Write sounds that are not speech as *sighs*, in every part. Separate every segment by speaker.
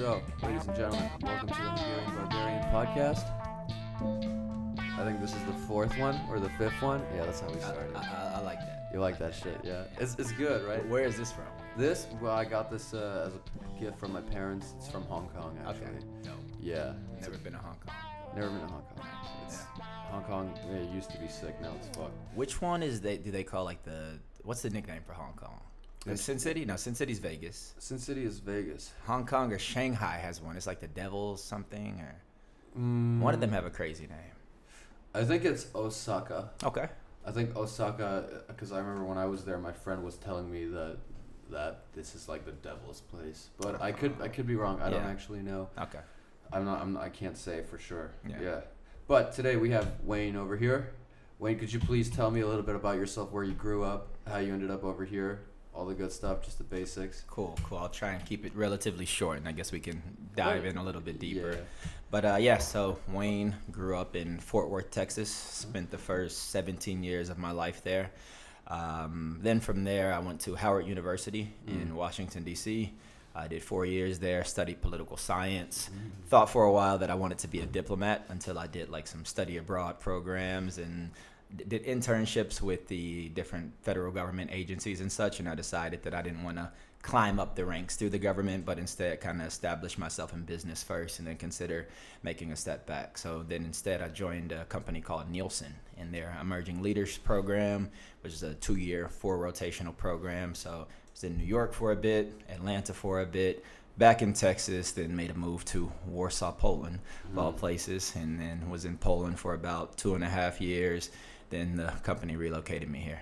Speaker 1: ladies and gentlemen. Welcome to the Hungarian Barbarian podcast. I think this is the fourth one or the fifth one. Yeah, that's how we
Speaker 2: I,
Speaker 1: started.
Speaker 2: I, I like that.
Speaker 1: you like that shit, yeah? It's, it's good, right?
Speaker 2: Where is this from?
Speaker 1: This, well, I got this uh, as a gift from my parents. It's from Hong Kong, actually.
Speaker 2: No.
Speaker 1: Yeah, it's
Speaker 2: Never been to Hong Kong.
Speaker 1: never been to Hong Kong. It's Hong Kong. It used to be sick. Now it's fucked.
Speaker 2: Which one is they? Do they call like the? What's the nickname for Hong Kong? Is
Speaker 1: It's-
Speaker 2: Sin City? No, Sin City's Vegas.
Speaker 1: Sin City is Vegas.
Speaker 2: Hong Kong or Shanghai has one. It's like the Devil something or one of them have a crazy name.
Speaker 1: Mm, I think it's Osaka.
Speaker 2: Okay.
Speaker 1: I think Osaka, because I remember when I was there, my friend was telling me that that this is like the devil's place. But I could I could be wrong. I don't
Speaker 2: Yeah.
Speaker 1: actually know.
Speaker 2: Okay.
Speaker 1: I'm not. I'm. Not, I can't say for sure.
Speaker 2: Yeah.
Speaker 1: But today we have Wayne over here. Wayne, could you please tell me a little bit about yourself, where you grew up, how you ended up over here, all the good stuff, just the basics.
Speaker 2: Cool. Cool. I'll try and keep it relatively short, and I guess we can dive in a little bit deeper.
Speaker 1: Yeah.
Speaker 2: But uh, yeah, so Wayne grew up in Fort Worth, Texas. Spent the first 17 years of my life there. Um, then from there, I went to Howard University in Washington, D.C. I did four years there, studied political *laughs* science. Thought for a while that I wanted to be a diplomat until I did like some study abroad programs and d- did internships with the different federal government agencies and such. And I decided that I didn't want to climb up the ranks through the government, but instead kind of establish myself in business first and then consider making a step back. So then instead, I joined a company called Nielsen in their Emerging Leaders Program, which is a two year, four rotational program. So I was in New York for a bit, Atlanta for a bit. Back in Texas, then made a move to Warsaw, Poland, of
Speaker 1: Mm.
Speaker 2: all places, and then was in Poland for about two and a half years. Then the company relocated me here.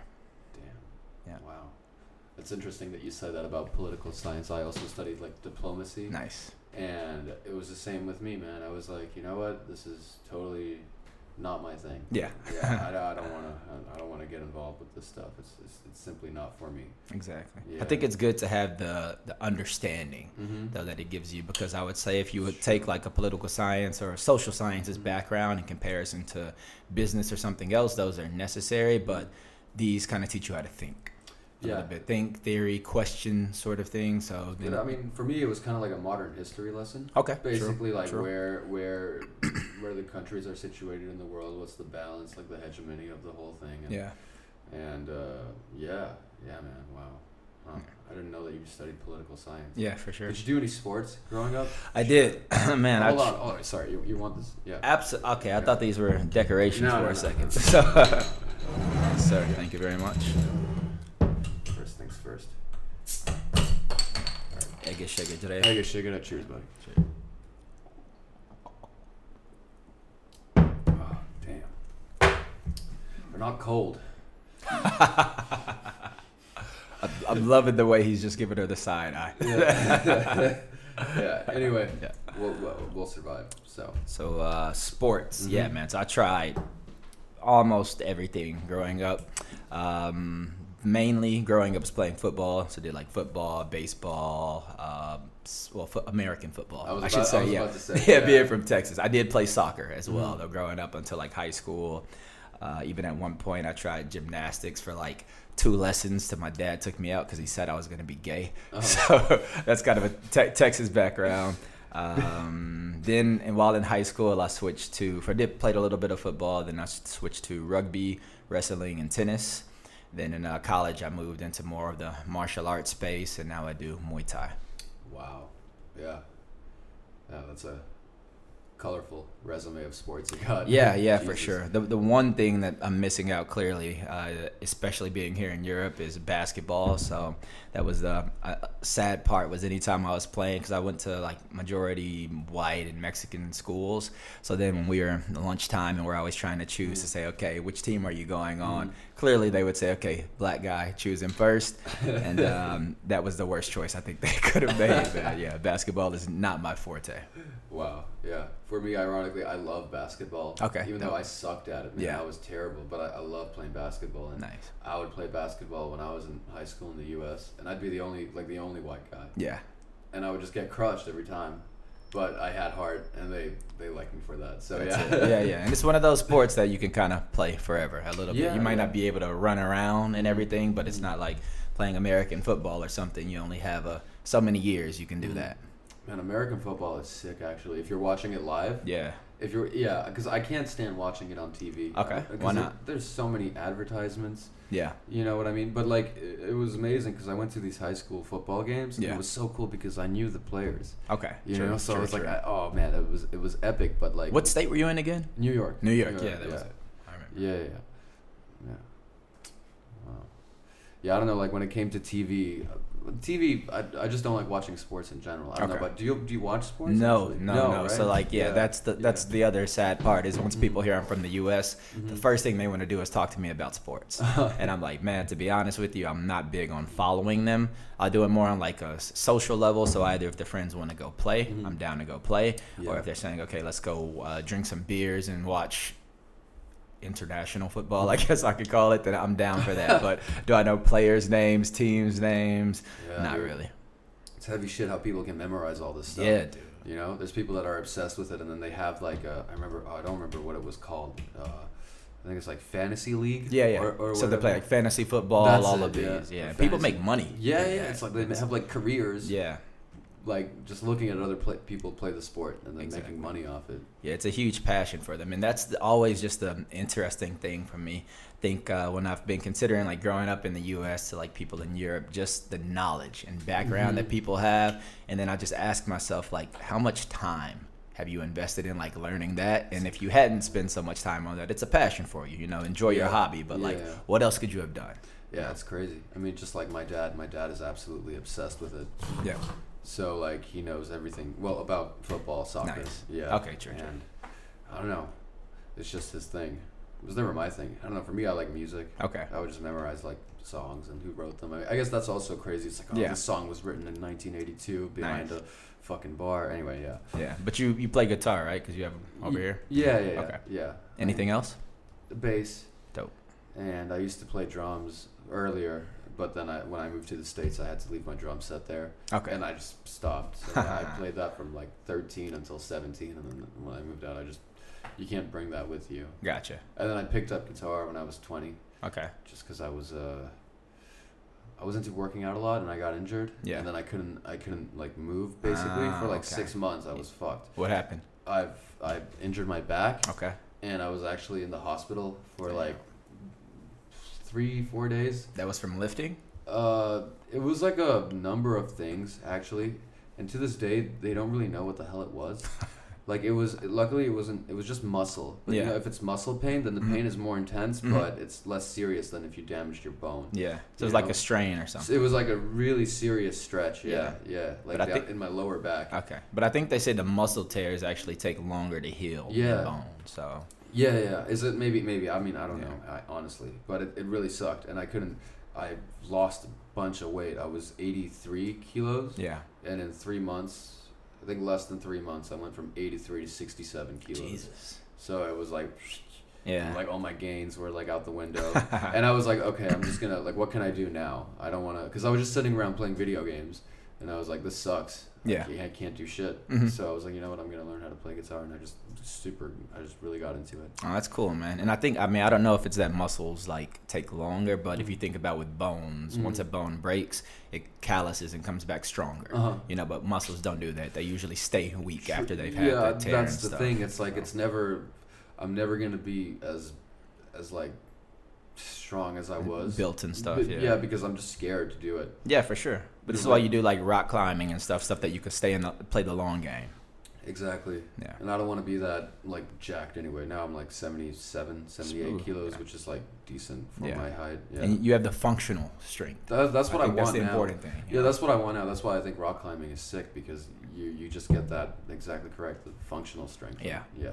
Speaker 1: Damn.
Speaker 2: Yeah.
Speaker 1: Wow. It's interesting that you said that about political science. I also studied like diplomacy.
Speaker 2: Nice.
Speaker 1: And it was the same with me, man. I was like, you know what? This is totally not my thing.
Speaker 2: Yeah, *laughs*
Speaker 1: Yeah, I, I don't want to. I don't want to get involved with this stuff. It's it's, it's simply not for me.
Speaker 2: exactly.
Speaker 1: Yeah.
Speaker 2: I think it's good to have the, the understanding
Speaker 1: Mm-hmm.
Speaker 2: though that it gives you because I would say if you would take like a political science or a social sciences
Speaker 1: Mm-hmm.
Speaker 2: background in comparison to business or something else, those are necessary, but these kind of teach you how to think a
Speaker 1: Yeah.
Speaker 2: little bit, think theory, question sort of thing. So then,
Speaker 1: But, I mean, for me, it was kind of like a modern history lesson.
Speaker 2: okay,
Speaker 1: Basically, like
Speaker 2: true.
Speaker 1: where where where the countries are situated in the world. What's the balance? Like the hegemony of the whole thing. And,
Speaker 2: yeah,
Speaker 1: And uh, yeah, yeah, man. Wow. Huh. I didn't know that you studied political science.
Speaker 2: yeah, for sure.
Speaker 1: Did you do any sports growing up?
Speaker 2: I did, *clears throat* man. I
Speaker 1: Hold
Speaker 2: tr-
Speaker 1: on. Oh, sorry. You, you want this? Yeah.
Speaker 2: Abs- okay, I thought these were decorations
Speaker 1: No,
Speaker 2: for
Speaker 1: no,
Speaker 2: a
Speaker 1: no,
Speaker 2: second.
Speaker 1: no.
Speaker 2: *laughs* So, sir, thank you very much.
Speaker 1: First things first.
Speaker 2: Egg is shaker today.
Speaker 1: Hey, you shake it up. Cheers, buddy.
Speaker 2: Cheers.
Speaker 1: Oh, damn. They're not
Speaker 2: *laughs*
Speaker 1: cold.
Speaker 2: I'm loving the way he's just giving her the side eye.
Speaker 1: Yeah. *laughs* yeah. Anyway,
Speaker 2: Yeah.
Speaker 1: We'll, we'll, we'll survive. So.
Speaker 2: So uh, sports,
Speaker 1: Mm-hmm.
Speaker 2: yeah, man. So I tried almost everything growing up. Um, mainly growing up was playing football. So did like football, baseball, um, s- well, fo- American football.
Speaker 1: I
Speaker 2: I,
Speaker 1: was
Speaker 2: should
Speaker 1: about- I
Speaker 2: say,
Speaker 1: was
Speaker 2: yeah.
Speaker 1: about to say,
Speaker 2: *laughs* yeah,
Speaker 1: yeah.
Speaker 2: being from Texas, I did play soccer as well. Though growing up until like high school, uh, even at one point I tried gymnastics for like two lessons. Till my dad took me out because he said I was gonna be gay. *laughs* So that's kind of a te- Texas background. Um, then, and while in high school, I switched to. I did played a little bit of football. Then I s- switched to rugby, wrestling, and tennis. Then in uh, college, I moved into more of the martial arts space, and now I do Muay Thai.
Speaker 1: Wow. Yeah. Yeah, that's a colorful resume of sports you got.
Speaker 2: Yeah,
Speaker 1: *laughs*
Speaker 2: yeah, for
Speaker 1: Jesus.
Speaker 2: sure. The, the one thing that I'm missing out clearly, uh, especially being here in Europe, is basketball. So that was the uh, sad part. Was anytime I was playing because I went to like majority white and Mexican schools. So then when we were in lunchtime and we're always trying to choose to say, okay, which team are you going on?
Speaker 1: Mm.
Speaker 2: Clearly they would say, okay, black guy, choose
Speaker 1: *laughs*
Speaker 2: him first, and um, that was the worst choice I think they *laughs* could have made. But yeah, basketball is not my forte.
Speaker 1: Wow. Yeah. For me, ironically, I love basketball.
Speaker 2: Okay.
Speaker 1: Even though I sucked at it, man,
Speaker 2: Yeah.
Speaker 1: I was terrible. But I, I love playing basketball, and
Speaker 2: Nice.
Speaker 1: I would play basketball when I was in high school in the U.S. and I'd be the only, like, the only white guy.
Speaker 2: Yeah.
Speaker 1: and I would just get crushed every time. But I had heart, and they they liked me for that. So
Speaker 2: That's
Speaker 1: yeah, *laughs*
Speaker 2: it. yeah, yeah. And it's one of those sports that you can kind of play forever a little
Speaker 1: Yeah,
Speaker 2: bit. You might
Speaker 1: yeah. Mm-hmm.
Speaker 2: not be able to run around and everything, but uh,
Speaker 1: Mm-hmm.
Speaker 2: it's not like playing American football or something. You only have a, so many years you can do that.
Speaker 1: Man, American football is sick. Actually, if you're watching it live,
Speaker 2: Yeah.
Speaker 1: if you're yeah, because I can't stand watching it on TV.
Speaker 2: Okay,
Speaker 1: Because
Speaker 2: why
Speaker 1: there-
Speaker 2: not?
Speaker 1: there's so many advertisements.
Speaker 2: Yeah.
Speaker 1: You know what I mean? But like, it, it was amazing because I went to these high school football games. And
Speaker 2: Yeah.
Speaker 1: it was so cool because I knew the players.
Speaker 2: Okay.
Speaker 1: You
Speaker 2: True,
Speaker 1: know, so
Speaker 2: true,
Speaker 1: it was like,
Speaker 2: true.
Speaker 1: I, oh man, it was it was epic. But like,
Speaker 2: what state were you in again?
Speaker 1: New York?
Speaker 2: New York. Yeah, that
Speaker 1: yeah.
Speaker 2: was it. I remember.
Speaker 1: Yeah, yeah, yeah. Wow. Yeah, I don't know. Like when it came to TV, uh, TV, I, I just don't like watching sports in general. I don't know.
Speaker 2: Okay.
Speaker 1: But do you do you watch sports?
Speaker 2: No,
Speaker 1: actually?
Speaker 2: no, no. So
Speaker 1: right?
Speaker 2: like, yeah, that's the
Speaker 1: yeah. Mm-hmm.
Speaker 2: that's the other sad part is once people hear I'm from the U.S., the
Speaker 1: Mhm.
Speaker 2: first thing they want to do is talk to me about
Speaker 1: *laughs*
Speaker 2: sports, and I'm like, man, to be honest with you, I'm not big on following them. I do it more on like a s- social level. So either if the friends want to go play,
Speaker 1: Mhm.
Speaker 2: I'm down to go play, or
Speaker 1: Yeah.
Speaker 2: if they're saying, okay, let's go uh, drink some beers and watch international football,
Speaker 1: Mm-hmm.
Speaker 2: I guess I could call it, then I'm down for
Speaker 1: *laughs*
Speaker 2: that. but do I know players' names, teams' names?
Speaker 1: Yeah,
Speaker 2: not
Speaker 1: dude.
Speaker 2: really.
Speaker 1: It's heavy shit how people can memorize all this stuff.
Speaker 2: Yeah, dude.
Speaker 1: You know, there's people that are obsessed with it, and then they have like a, I remember, oh, I don't remember what it was called. Uh, I think it's like fantasy league.
Speaker 2: Yeah, yeah.
Speaker 1: Or, or
Speaker 2: so they play
Speaker 1: whatever.
Speaker 2: like fantasy football,
Speaker 1: That's
Speaker 2: all
Speaker 1: it,
Speaker 2: of these.
Speaker 1: yeah.
Speaker 2: Yeah,
Speaker 1: Fantasy.
Speaker 2: people make money.
Speaker 1: Yeah,
Speaker 2: doing
Speaker 1: yeah.
Speaker 2: that.
Speaker 1: It's like they have like careers.
Speaker 2: yeah,
Speaker 1: Like just looking at other pla people play the sport and then
Speaker 2: Exactly.
Speaker 1: making money off it.
Speaker 2: yeah. It's a huge passion for them, and that's the, always just an interesting thing for me. think uh, when I've been considering like growing up in the U.S. to like people in Europe, just the knowledge and background
Speaker 1: Mm-hmm.
Speaker 2: that people have, and then I just ask myself like, how much time have you invested in like learning that? And if you hadn't spent so much time on that, it's a passion for you. You know, enjoy your
Speaker 1: Yeah.
Speaker 2: hobby, but like,
Speaker 1: Yeah.
Speaker 2: what else could you have done?
Speaker 1: Yeah, it's crazy. I mean, just like my dad. My dad is absolutely obsessed with it.
Speaker 2: Yeah.
Speaker 1: So like he knows everything. Well, about football, soccer.
Speaker 2: Nice.
Speaker 1: Yeah.
Speaker 2: Okay, true, true.
Speaker 1: And I don't know. It's just his thing. It was never my thing. I don't know. For me, I like music.
Speaker 2: Okay.
Speaker 1: I would just memorize like songs and who wrote them. I, I guess that's also crazy. It's like, oh,
Speaker 2: Yeah.
Speaker 1: this song was written in 1982 behind
Speaker 2: Nice. Mm-hmm.
Speaker 1: a fucking bar. Anyway, yeah.
Speaker 2: Yeah, but you you play guitar right? Because you have 'em over
Speaker 1: Y-
Speaker 2: here.
Speaker 1: Yeah, yeah, yeah.
Speaker 2: Okay.
Speaker 1: Yeah.
Speaker 2: Anything else?
Speaker 1: The bass.
Speaker 2: Dope.
Speaker 1: And I used to play drums earlier, but then I, when I moved to the states, I had to leave my drum set there,
Speaker 2: Okay.
Speaker 1: and I just stopped. So I
Speaker 2: *laughs*
Speaker 1: played that from like 13 until 17, and then when I moved out, I just you can't bring that with you.
Speaker 2: Gotcha.
Speaker 1: And then I picked up guitar when I was 20,
Speaker 2: Okay.
Speaker 1: just because I was uh, I was into working out a lot, and I got injured.
Speaker 2: Yeah.
Speaker 1: And then I couldn't I couldn't like move basically
Speaker 2: Ah,
Speaker 1: for like
Speaker 2: okay.
Speaker 1: six months. I was fucked.
Speaker 2: What happened?
Speaker 1: I've I injured my back
Speaker 2: Okay.
Speaker 1: and I was actually in the hospital for
Speaker 2: Oh. Damn.
Speaker 1: like three, four days.
Speaker 2: That was from lifting.
Speaker 1: Uh, it was like a number of things actually, and to this day they don't really know what the hell it
Speaker 2: *laughs*
Speaker 1: was. like it was luckily it wasn't it was just muscle. But,
Speaker 2: Yeah.
Speaker 1: You know, if it's muscle pain, then the
Speaker 2: Mhm.
Speaker 1: pain is more intense,
Speaker 2: Mhm.
Speaker 1: but it's less serious than if you damaged your bone.
Speaker 2: Yeah. So it was
Speaker 1: You
Speaker 2: like
Speaker 1: know.
Speaker 2: a strain or
Speaker 1: So
Speaker 2: something.
Speaker 1: it was like a really serious stretch. Yeah, yeah. Like
Speaker 2: But I
Speaker 1: the-
Speaker 2: think-
Speaker 1: in my lower back.
Speaker 2: Okay. But I think they said the muscle tears actually take longer to heal
Speaker 1: Yeah.
Speaker 2: than bone. So
Speaker 1: Yeah, yeah. Is it maybe? Maybe. I mean, I don't
Speaker 2: Yeah.
Speaker 1: know. I, honestly, but it, it really sucked, and I couldn't. I lost a bunch of weight. I was eighty three kilos,
Speaker 2: yeah.
Speaker 1: and in three months, I think less than three months, I went from eighty three to sixty seven kilos.
Speaker 2: Jesus.
Speaker 1: So it was like,
Speaker 2: Yeah.
Speaker 1: like all my gains were like out the
Speaker 2: *laughs*
Speaker 1: window, and I was like, okay, I'm just gonna like, what can I do now? I don't want to, because I was just sitting around playing video games, and I was like, this sucks.
Speaker 2: Yeah.
Speaker 1: I can't do shit.
Speaker 2: Mhm.
Speaker 1: So I was like, you know what? I'm gonna learn how to play guitar, and I just super, I just really got into it.
Speaker 2: Oh, that's cool, man. And I think I mean I don't know if it's that muscles like take longer, but
Speaker 1: Mm-hmm.
Speaker 2: if you think about with bones, once
Speaker 1: Mhm.
Speaker 2: a bone breaks, it calluses and comes back stronger.
Speaker 1: Uh-huh.
Speaker 2: You know, but muscles don't do that. They usually stay weak
Speaker 1: Sure.
Speaker 2: after they've had that tear
Speaker 1: that's
Speaker 2: and
Speaker 1: the
Speaker 2: stuff.
Speaker 1: thing. It's like
Speaker 2: so.
Speaker 1: it's never. I'm never gonna be as, as like, strong as I was.
Speaker 2: built and stuff.
Speaker 1: But-
Speaker 2: yeah.
Speaker 1: Yeah, because I'm just scared to do it.
Speaker 2: Yeah, for sure. But this is why you do like rock climbing and stuff, stuff that you could stay in, the, play the long game.
Speaker 1: Exactly.
Speaker 2: Yeah.
Speaker 1: And I don't want to be that like jacked anyway. Now I'm like 77, 78
Speaker 2: Smooth,
Speaker 1: kilos,
Speaker 2: yeah.
Speaker 1: which is like decent for
Speaker 2: Yeah.
Speaker 1: my height. Yeah.
Speaker 2: And you have the functional strength.
Speaker 1: That, that's what I, want
Speaker 2: think That's the
Speaker 1: now.
Speaker 2: important thing.
Speaker 1: Yeah,
Speaker 2: you know?
Speaker 1: that's what I want now. That's why I think rock climbing is sick because you you just get that exactly correct, the functional strength.
Speaker 2: Yeah.
Speaker 1: Yeah.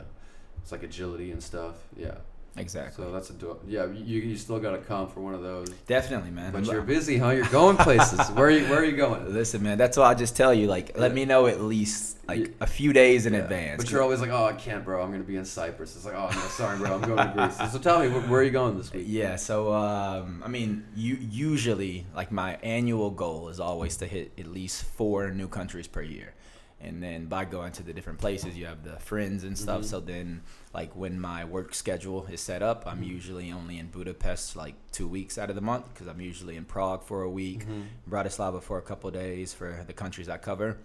Speaker 1: It's like agility and stuff. Yeah.
Speaker 2: exactly.
Speaker 1: So that's a do- yeah. You you still gotta come for one of those.
Speaker 2: Definitely, man.
Speaker 1: But
Speaker 2: I'm-
Speaker 1: you're busy, huh? You're going
Speaker 2: *laughs*
Speaker 1: places. where are you Where are you going?
Speaker 2: Listen, man. That's why I just tell you, like, let
Speaker 1: Yeah.
Speaker 2: me know at least
Speaker 1: Yeah.
Speaker 2: like a few days in
Speaker 1: Yeah.
Speaker 2: advance.
Speaker 1: But you're always like, oh, I can't, bro. I'm gonna be in Cyprus. It's like, oh, no, sorry, bro. I'm going to Greece. So tell me, wh- where are you going this week?
Speaker 2: yeah. So, um, I mean, you usually like my annual goal is always to hit at least four new countries per year. And then by going to the different places, you have the friends and stuff.
Speaker 1: Mhm.
Speaker 2: So then, like when my work schedule is set up, I'm
Speaker 1: Mm-hmm.
Speaker 2: usually only in Budapest like two weeks out of the month because I'm usually in Prague for a week,
Speaker 1: Mhm.
Speaker 2: Bratislava for a couple days for the countries I cover.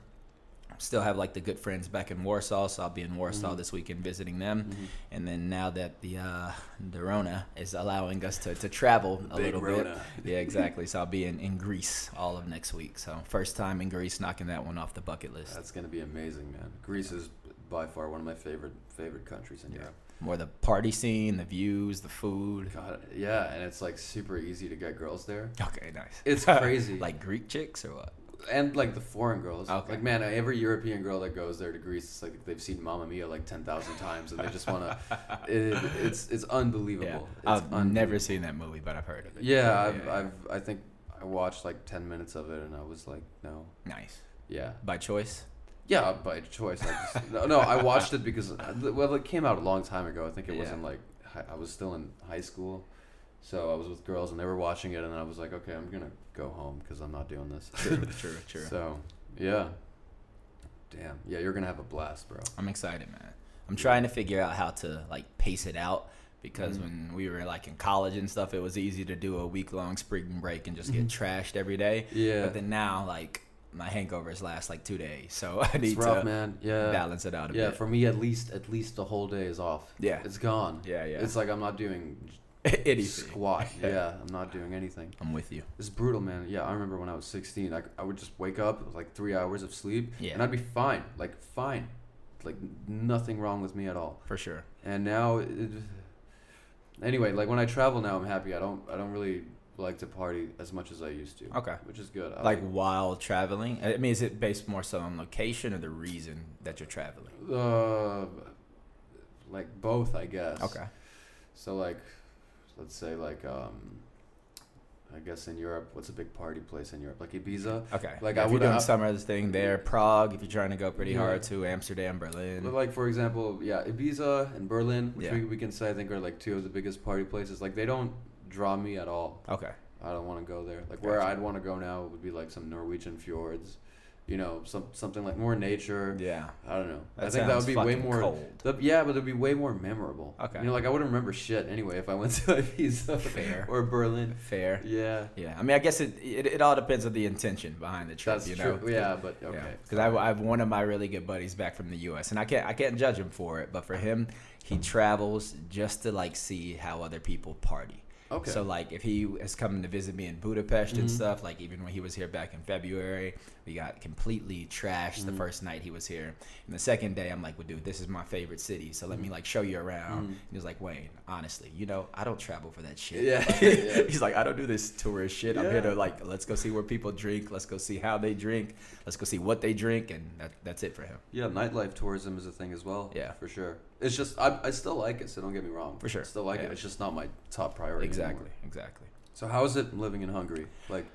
Speaker 2: still have like the good friends back in Warsaw, so I'll be in Warsaw
Speaker 1: Mhm.
Speaker 2: this weekend visiting them.
Speaker 1: Mhm.
Speaker 2: And then now that the uh, the Rona is allowing us to, to travel a
Speaker 1: Big
Speaker 2: little
Speaker 1: Rona.
Speaker 2: bit, yeah,
Speaker 1: *laughs*
Speaker 2: exactly. So I'll be in, in Greece all of next week. So first time in Greece, knocking that one off the bucket list.
Speaker 1: That's gonna be amazing, man. Greece is by far one of my favorite favorite countries in
Speaker 2: Yeah.
Speaker 1: Europe.
Speaker 2: More the party scene, the views, the food.
Speaker 1: God, yeah, and it's like super easy to get girls there.
Speaker 2: Okay, nice. *laughs*
Speaker 1: It's crazy.
Speaker 2: like Greek chicks or what?
Speaker 1: and like the foreign girls.
Speaker 2: Okay.
Speaker 1: Like man, every European girl that goes there to Greece, it's like they've seen Mamma Mia like ten thousand times, and they just
Speaker 2: *laughs*
Speaker 1: wanna. it, it's it's unbelievable.
Speaker 2: Yeah,
Speaker 1: It's
Speaker 2: I've never
Speaker 1: unbelievable.
Speaker 2: seen that movie, but I've heard of it.
Speaker 1: Yeah, I've,
Speaker 2: yeah.
Speaker 1: I've I think I watched like ten minutes of it, and I was like, no,
Speaker 2: Nice
Speaker 1: yeah,
Speaker 2: by
Speaker 1: *laughs*
Speaker 2: choice.
Speaker 1: yeah, by choice. I just, no, no, I watched it because uh, well, it came out a long time ago. I think it was
Speaker 2: Yeah.
Speaker 1: in like hi- I was still in high school. So I was with girls and they were watching it, and I was like, "Okay, I'm gonna go home because I'm not doing this."
Speaker 2: True, true, true.
Speaker 1: So, yeah. Damn. Yeah, you're gonna have a blast, bro.
Speaker 2: I'm excited, man. I'm
Speaker 1: Yeah.
Speaker 2: trying to figure out how to like pace it out because
Speaker 1: Mhm.
Speaker 2: when we were like in college and stuff, it was easy to do a week long spring break and just get
Speaker 1: Mhm.
Speaker 2: trashed every day.
Speaker 1: Yeah.
Speaker 2: But then now, like my hangovers last like two days, so *laughs* I
Speaker 1: It's
Speaker 2: need
Speaker 1: rough,
Speaker 2: to
Speaker 1: man. Yeah.
Speaker 2: balance it out a
Speaker 1: Yeah.
Speaker 2: bit.
Speaker 1: For me, at least, at least the whole day is off.
Speaker 2: Yeah.
Speaker 1: It's gone.
Speaker 2: yeah, yeah.
Speaker 1: It's like I'm not doing
Speaker 2: *laughs* Anything. *laughs*
Speaker 1: squat. yeah. I'm not doing anything.
Speaker 2: I'm with you.
Speaker 1: It's brutal, man. Yeah. I remember when I was 16, I, I would just wake up with like three hours of sleep,
Speaker 2: Yeah.
Speaker 1: and I'd be fine. Like fine. Like nothing wrong with me at all.
Speaker 2: For sure.
Speaker 1: and now it, anyway like when i travel now i'm happy i don't i don't really like to party as much as i used to
Speaker 2: Okay.
Speaker 1: which is good Um, I
Speaker 2: Like while traveling, I mean, is it based more so on location or the reason that you're traveling?
Speaker 1: uh, like both i guess
Speaker 2: Okay.
Speaker 1: so like let's say like um i guess in europe what's a big party place in europe like ibiza
Speaker 2: Okay.
Speaker 1: Like,
Speaker 2: Like
Speaker 1: I
Speaker 2: if
Speaker 1: would-
Speaker 2: you're doing
Speaker 1: I-
Speaker 2: summer thing there, Prague. If you're trying to go pretty
Speaker 1: Yeah.
Speaker 2: hard to Amsterdam, Berlin.
Speaker 1: But like for example, yeah, Ibiza and Berlin, which
Speaker 2: Yeah.
Speaker 1: we, we can say I think are like two of the biggest party places. Like they don't draw me at all.
Speaker 2: Okay.
Speaker 1: I don't want to go there. Like where
Speaker 2: Gotcha.
Speaker 1: I'd want to go now would be like some Norwegian fjords, you know, some something like more nature.
Speaker 2: Yeah.
Speaker 1: I don't know. I think that would
Speaker 2: sounds
Speaker 1: be way
Speaker 2: fucking
Speaker 1: more.
Speaker 2: cold.
Speaker 1: the- yeah, but it'd be way more memorable.
Speaker 2: Okay.
Speaker 1: You know, like I wouldn't remember shit anyway if I went to *laughs* Ibiza
Speaker 2: Fair.
Speaker 1: or Berlin.
Speaker 2: Fair.
Speaker 1: Yeah,
Speaker 2: Yeah. I mean, I guess it, it it all depends on the intention behind the trip.
Speaker 1: that's
Speaker 2: you know.
Speaker 1: true. Yeah, but okay.
Speaker 2: Because I, I have one of my really good buddies back from the U.S. and I can't I can't judge him for it, but for him, he travels just to like see how other people party.
Speaker 1: okay.
Speaker 2: So like if he is coming to visit me in Budapest
Speaker 1: Mhm.
Speaker 2: and stuff, like even when he was here back in February, we got completely trashed the
Speaker 1: Mhm.
Speaker 2: first night he was here. And the second day I'm like, Well dude, this is my favorite city, so
Speaker 1: Mm.
Speaker 2: let me like show you around.
Speaker 1: Mhm.
Speaker 2: And he was like, Wayne, honestly, you know, I don't travel for that shit. *laughs*
Speaker 1: Yeah. *laughs* Yeah.
Speaker 2: He's like, I don't do this tourist shit. I'm
Speaker 1: Yeah.
Speaker 2: here to like let's go see where people drink, let's go see how they drink, let's go see what they drink and that, that's it for him.
Speaker 1: yeah, nightlife tourism is a thing as well.
Speaker 2: Yeah.
Speaker 1: for sure. It's just I, I still like it. So don't get me wrong.
Speaker 2: For sure.
Speaker 1: I still like
Speaker 2: Yeah.
Speaker 1: it. It's just not my top priority. anymore.
Speaker 2: Exactly. Exactly.
Speaker 1: So how is it living in Hungary? Like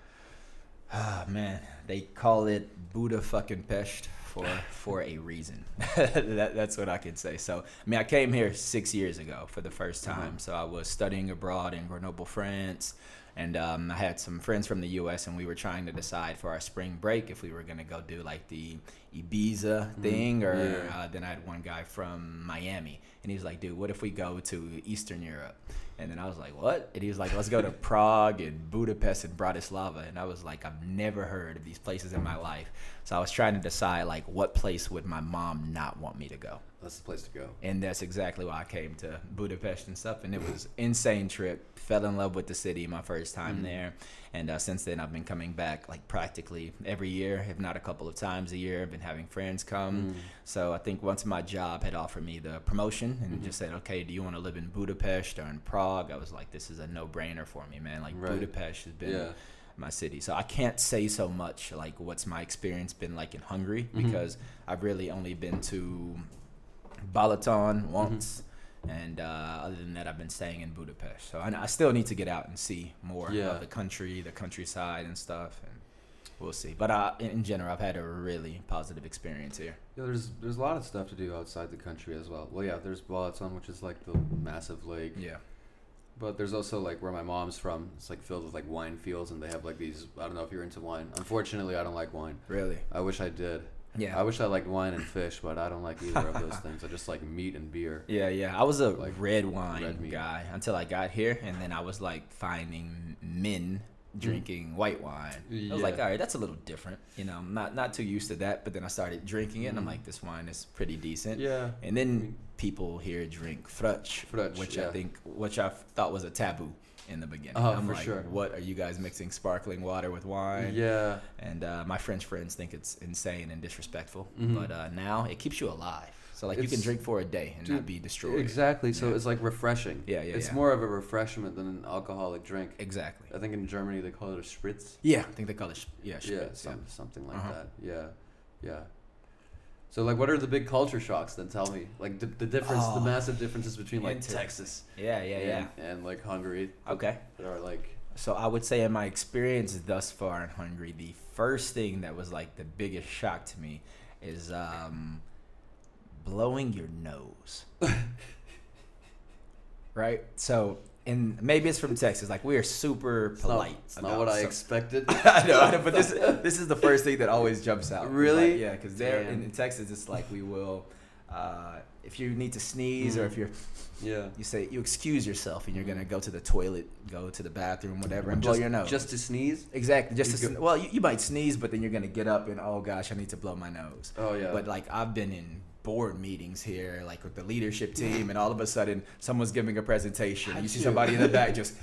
Speaker 2: Ah man, they call it Buddha fucking Pest for for a reason. *laughs* that, that's what I can say. So I mean, I came here six years ago for the first time.
Speaker 1: Mhm.
Speaker 2: So I was studying abroad in Grenoble, France, and um, I had some friends from the U.S. and we were trying to decide for our spring break if we were gonna go do like the Ibiza
Speaker 1: Mhm.
Speaker 2: thing, or
Speaker 1: Yeah.
Speaker 2: uh, then I had one guy from Miami, and he was like, "Dude, what if we go to Eastern Europe?" And then I was like, "What?" And he was like, "Let's go to Prague and Budapest and Bratislava." And I was like, "I've never heard of these places in my life." So I was trying to decide like what place would my mom not want me to go.
Speaker 1: that's the place to go.
Speaker 2: And that's exactly why I came to Budapest and stuff. And it was insane trip. Fell in love with the city my first time
Speaker 1: Mhm.
Speaker 2: there. And uh, since then, I've been coming back like practically every year, if not a couple of times a year. I've been having friends come.
Speaker 1: Mm.
Speaker 2: So I think once my job had offered me the promotion and
Speaker 1: Mm-hmm.
Speaker 2: just said, okay, do you want to live in Budapest or in Prague? I was like, this is a no brainer for me, man. Like,
Speaker 1: Right.
Speaker 2: Budapest has been
Speaker 1: Yeah.
Speaker 2: my city. So I can't say so much like what's my experience been like in Hungary
Speaker 1: Mhm.
Speaker 2: because I've really only been to Balaton once. And uh, other than that, I've been staying in Budapest. So I, I still need to get out and see more
Speaker 1: Yeah.
Speaker 2: of the country, the countryside, and stuff. And we'll see. But I, in- in general, I've had a really positive experience here.
Speaker 1: Yeah, there's there's a lot of stuff to do outside the country as well. Well, yeah, there's Balaton, which is like the massive lake,
Speaker 2: Yeah.
Speaker 1: but there's also like where my mom's from. It's like filled with like wine fields, and they have like these. I don't know if you're into wine. Unfortunately, I don't like wine.
Speaker 2: Really?
Speaker 1: I wish I did.
Speaker 2: Yeah.
Speaker 1: I wish I liked wine and fish, but I don't like either of those things. I just like meat and beer.
Speaker 2: Yeah, yeah. I was a
Speaker 1: Like,
Speaker 2: red wine
Speaker 1: red meat.
Speaker 2: guy until I got here, and then I was like finding men
Speaker 1: Mm.
Speaker 2: drinking white wine. I was like, all right, that's a little different. You know, I'm not not too used to that. But then I started drinking it, and I'm
Speaker 1: Mhm.
Speaker 2: like, this wine is pretty decent.
Speaker 1: yeah.
Speaker 2: And then
Speaker 1: mean-
Speaker 2: people here drink frutch,
Speaker 1: Frutch,
Speaker 2: which I
Speaker 1: yeah.
Speaker 2: think, which I thought was a taboo in the beginning.
Speaker 1: Oh,
Speaker 2: I'm
Speaker 1: for
Speaker 2: like,
Speaker 1: sure.
Speaker 2: what are you guys mixing sparkling water with wine?
Speaker 1: Yeah.
Speaker 2: And uh, my French friends think it's insane and disrespectful.
Speaker 1: Mhm.
Speaker 2: But uh, now it keeps you alive. So like you can
Speaker 1: It's-
Speaker 2: drink for a day and not
Speaker 1: Dude,
Speaker 2: be destroyed.
Speaker 1: Exactly. So
Speaker 2: Yeah.
Speaker 1: it's like refreshing.
Speaker 2: Yeah, yeah,
Speaker 1: It's
Speaker 2: yeah.
Speaker 1: more of a refreshment than an alcoholic drink.
Speaker 2: exactly.
Speaker 1: I think in Germany they call it a spritz.
Speaker 2: Yeah, I think they call it sh- yeah,
Speaker 1: yeah,
Speaker 2: Spitz,
Speaker 1: some, something like
Speaker 2: Uh-huh.
Speaker 1: that. Yeah, yeah. So like, what are the big culture shocks? Then tell me, like the, the difference,
Speaker 2: Oh.
Speaker 1: the massive differences between like
Speaker 2: Interesting.
Speaker 1: Texas,
Speaker 2: yeah, yeah, yeah. yeah.
Speaker 1: and, and like Hungary.
Speaker 2: Okay.
Speaker 1: that are like
Speaker 2: So I would say in my experience thus far in Hungary, the first thing that was like the biggest shock to me is um, blowing your
Speaker 1: *laughs*
Speaker 2: nose. right? So and maybe it's from Texas. Like we are super
Speaker 1: it's not-
Speaker 2: polite.
Speaker 1: It's not what I
Speaker 2: about
Speaker 1: expected.
Speaker 2: *laughs* I know, I know,
Speaker 1: *laughs*
Speaker 2: but this this is the first thing that always jumps out.
Speaker 1: Really?
Speaker 2: Like, yeah, because there
Speaker 1: Damn.
Speaker 2: in, in Texas, it's like we will, uh, if you need to sneeze
Speaker 1: Mm.
Speaker 2: or if you're,
Speaker 1: yeah.
Speaker 2: you say you excuse yourself and you're gonna go to the toilet, go to the bathroom, whatever, and blow
Speaker 1: just,
Speaker 2: your nose.
Speaker 1: Just to sneeze.
Speaker 2: exactly. Just
Speaker 1: You
Speaker 2: to, sn-
Speaker 1: go-
Speaker 2: well, you, you might sneeze, but then you're gonna get up and oh gosh, I need to blow my nose.
Speaker 1: Oh yeah.
Speaker 2: But like I've been in board meetings here, like with the leadership team, and all of a sudden someone's giving a presentation. You see somebody in the
Speaker 1: *laughs*
Speaker 2: back just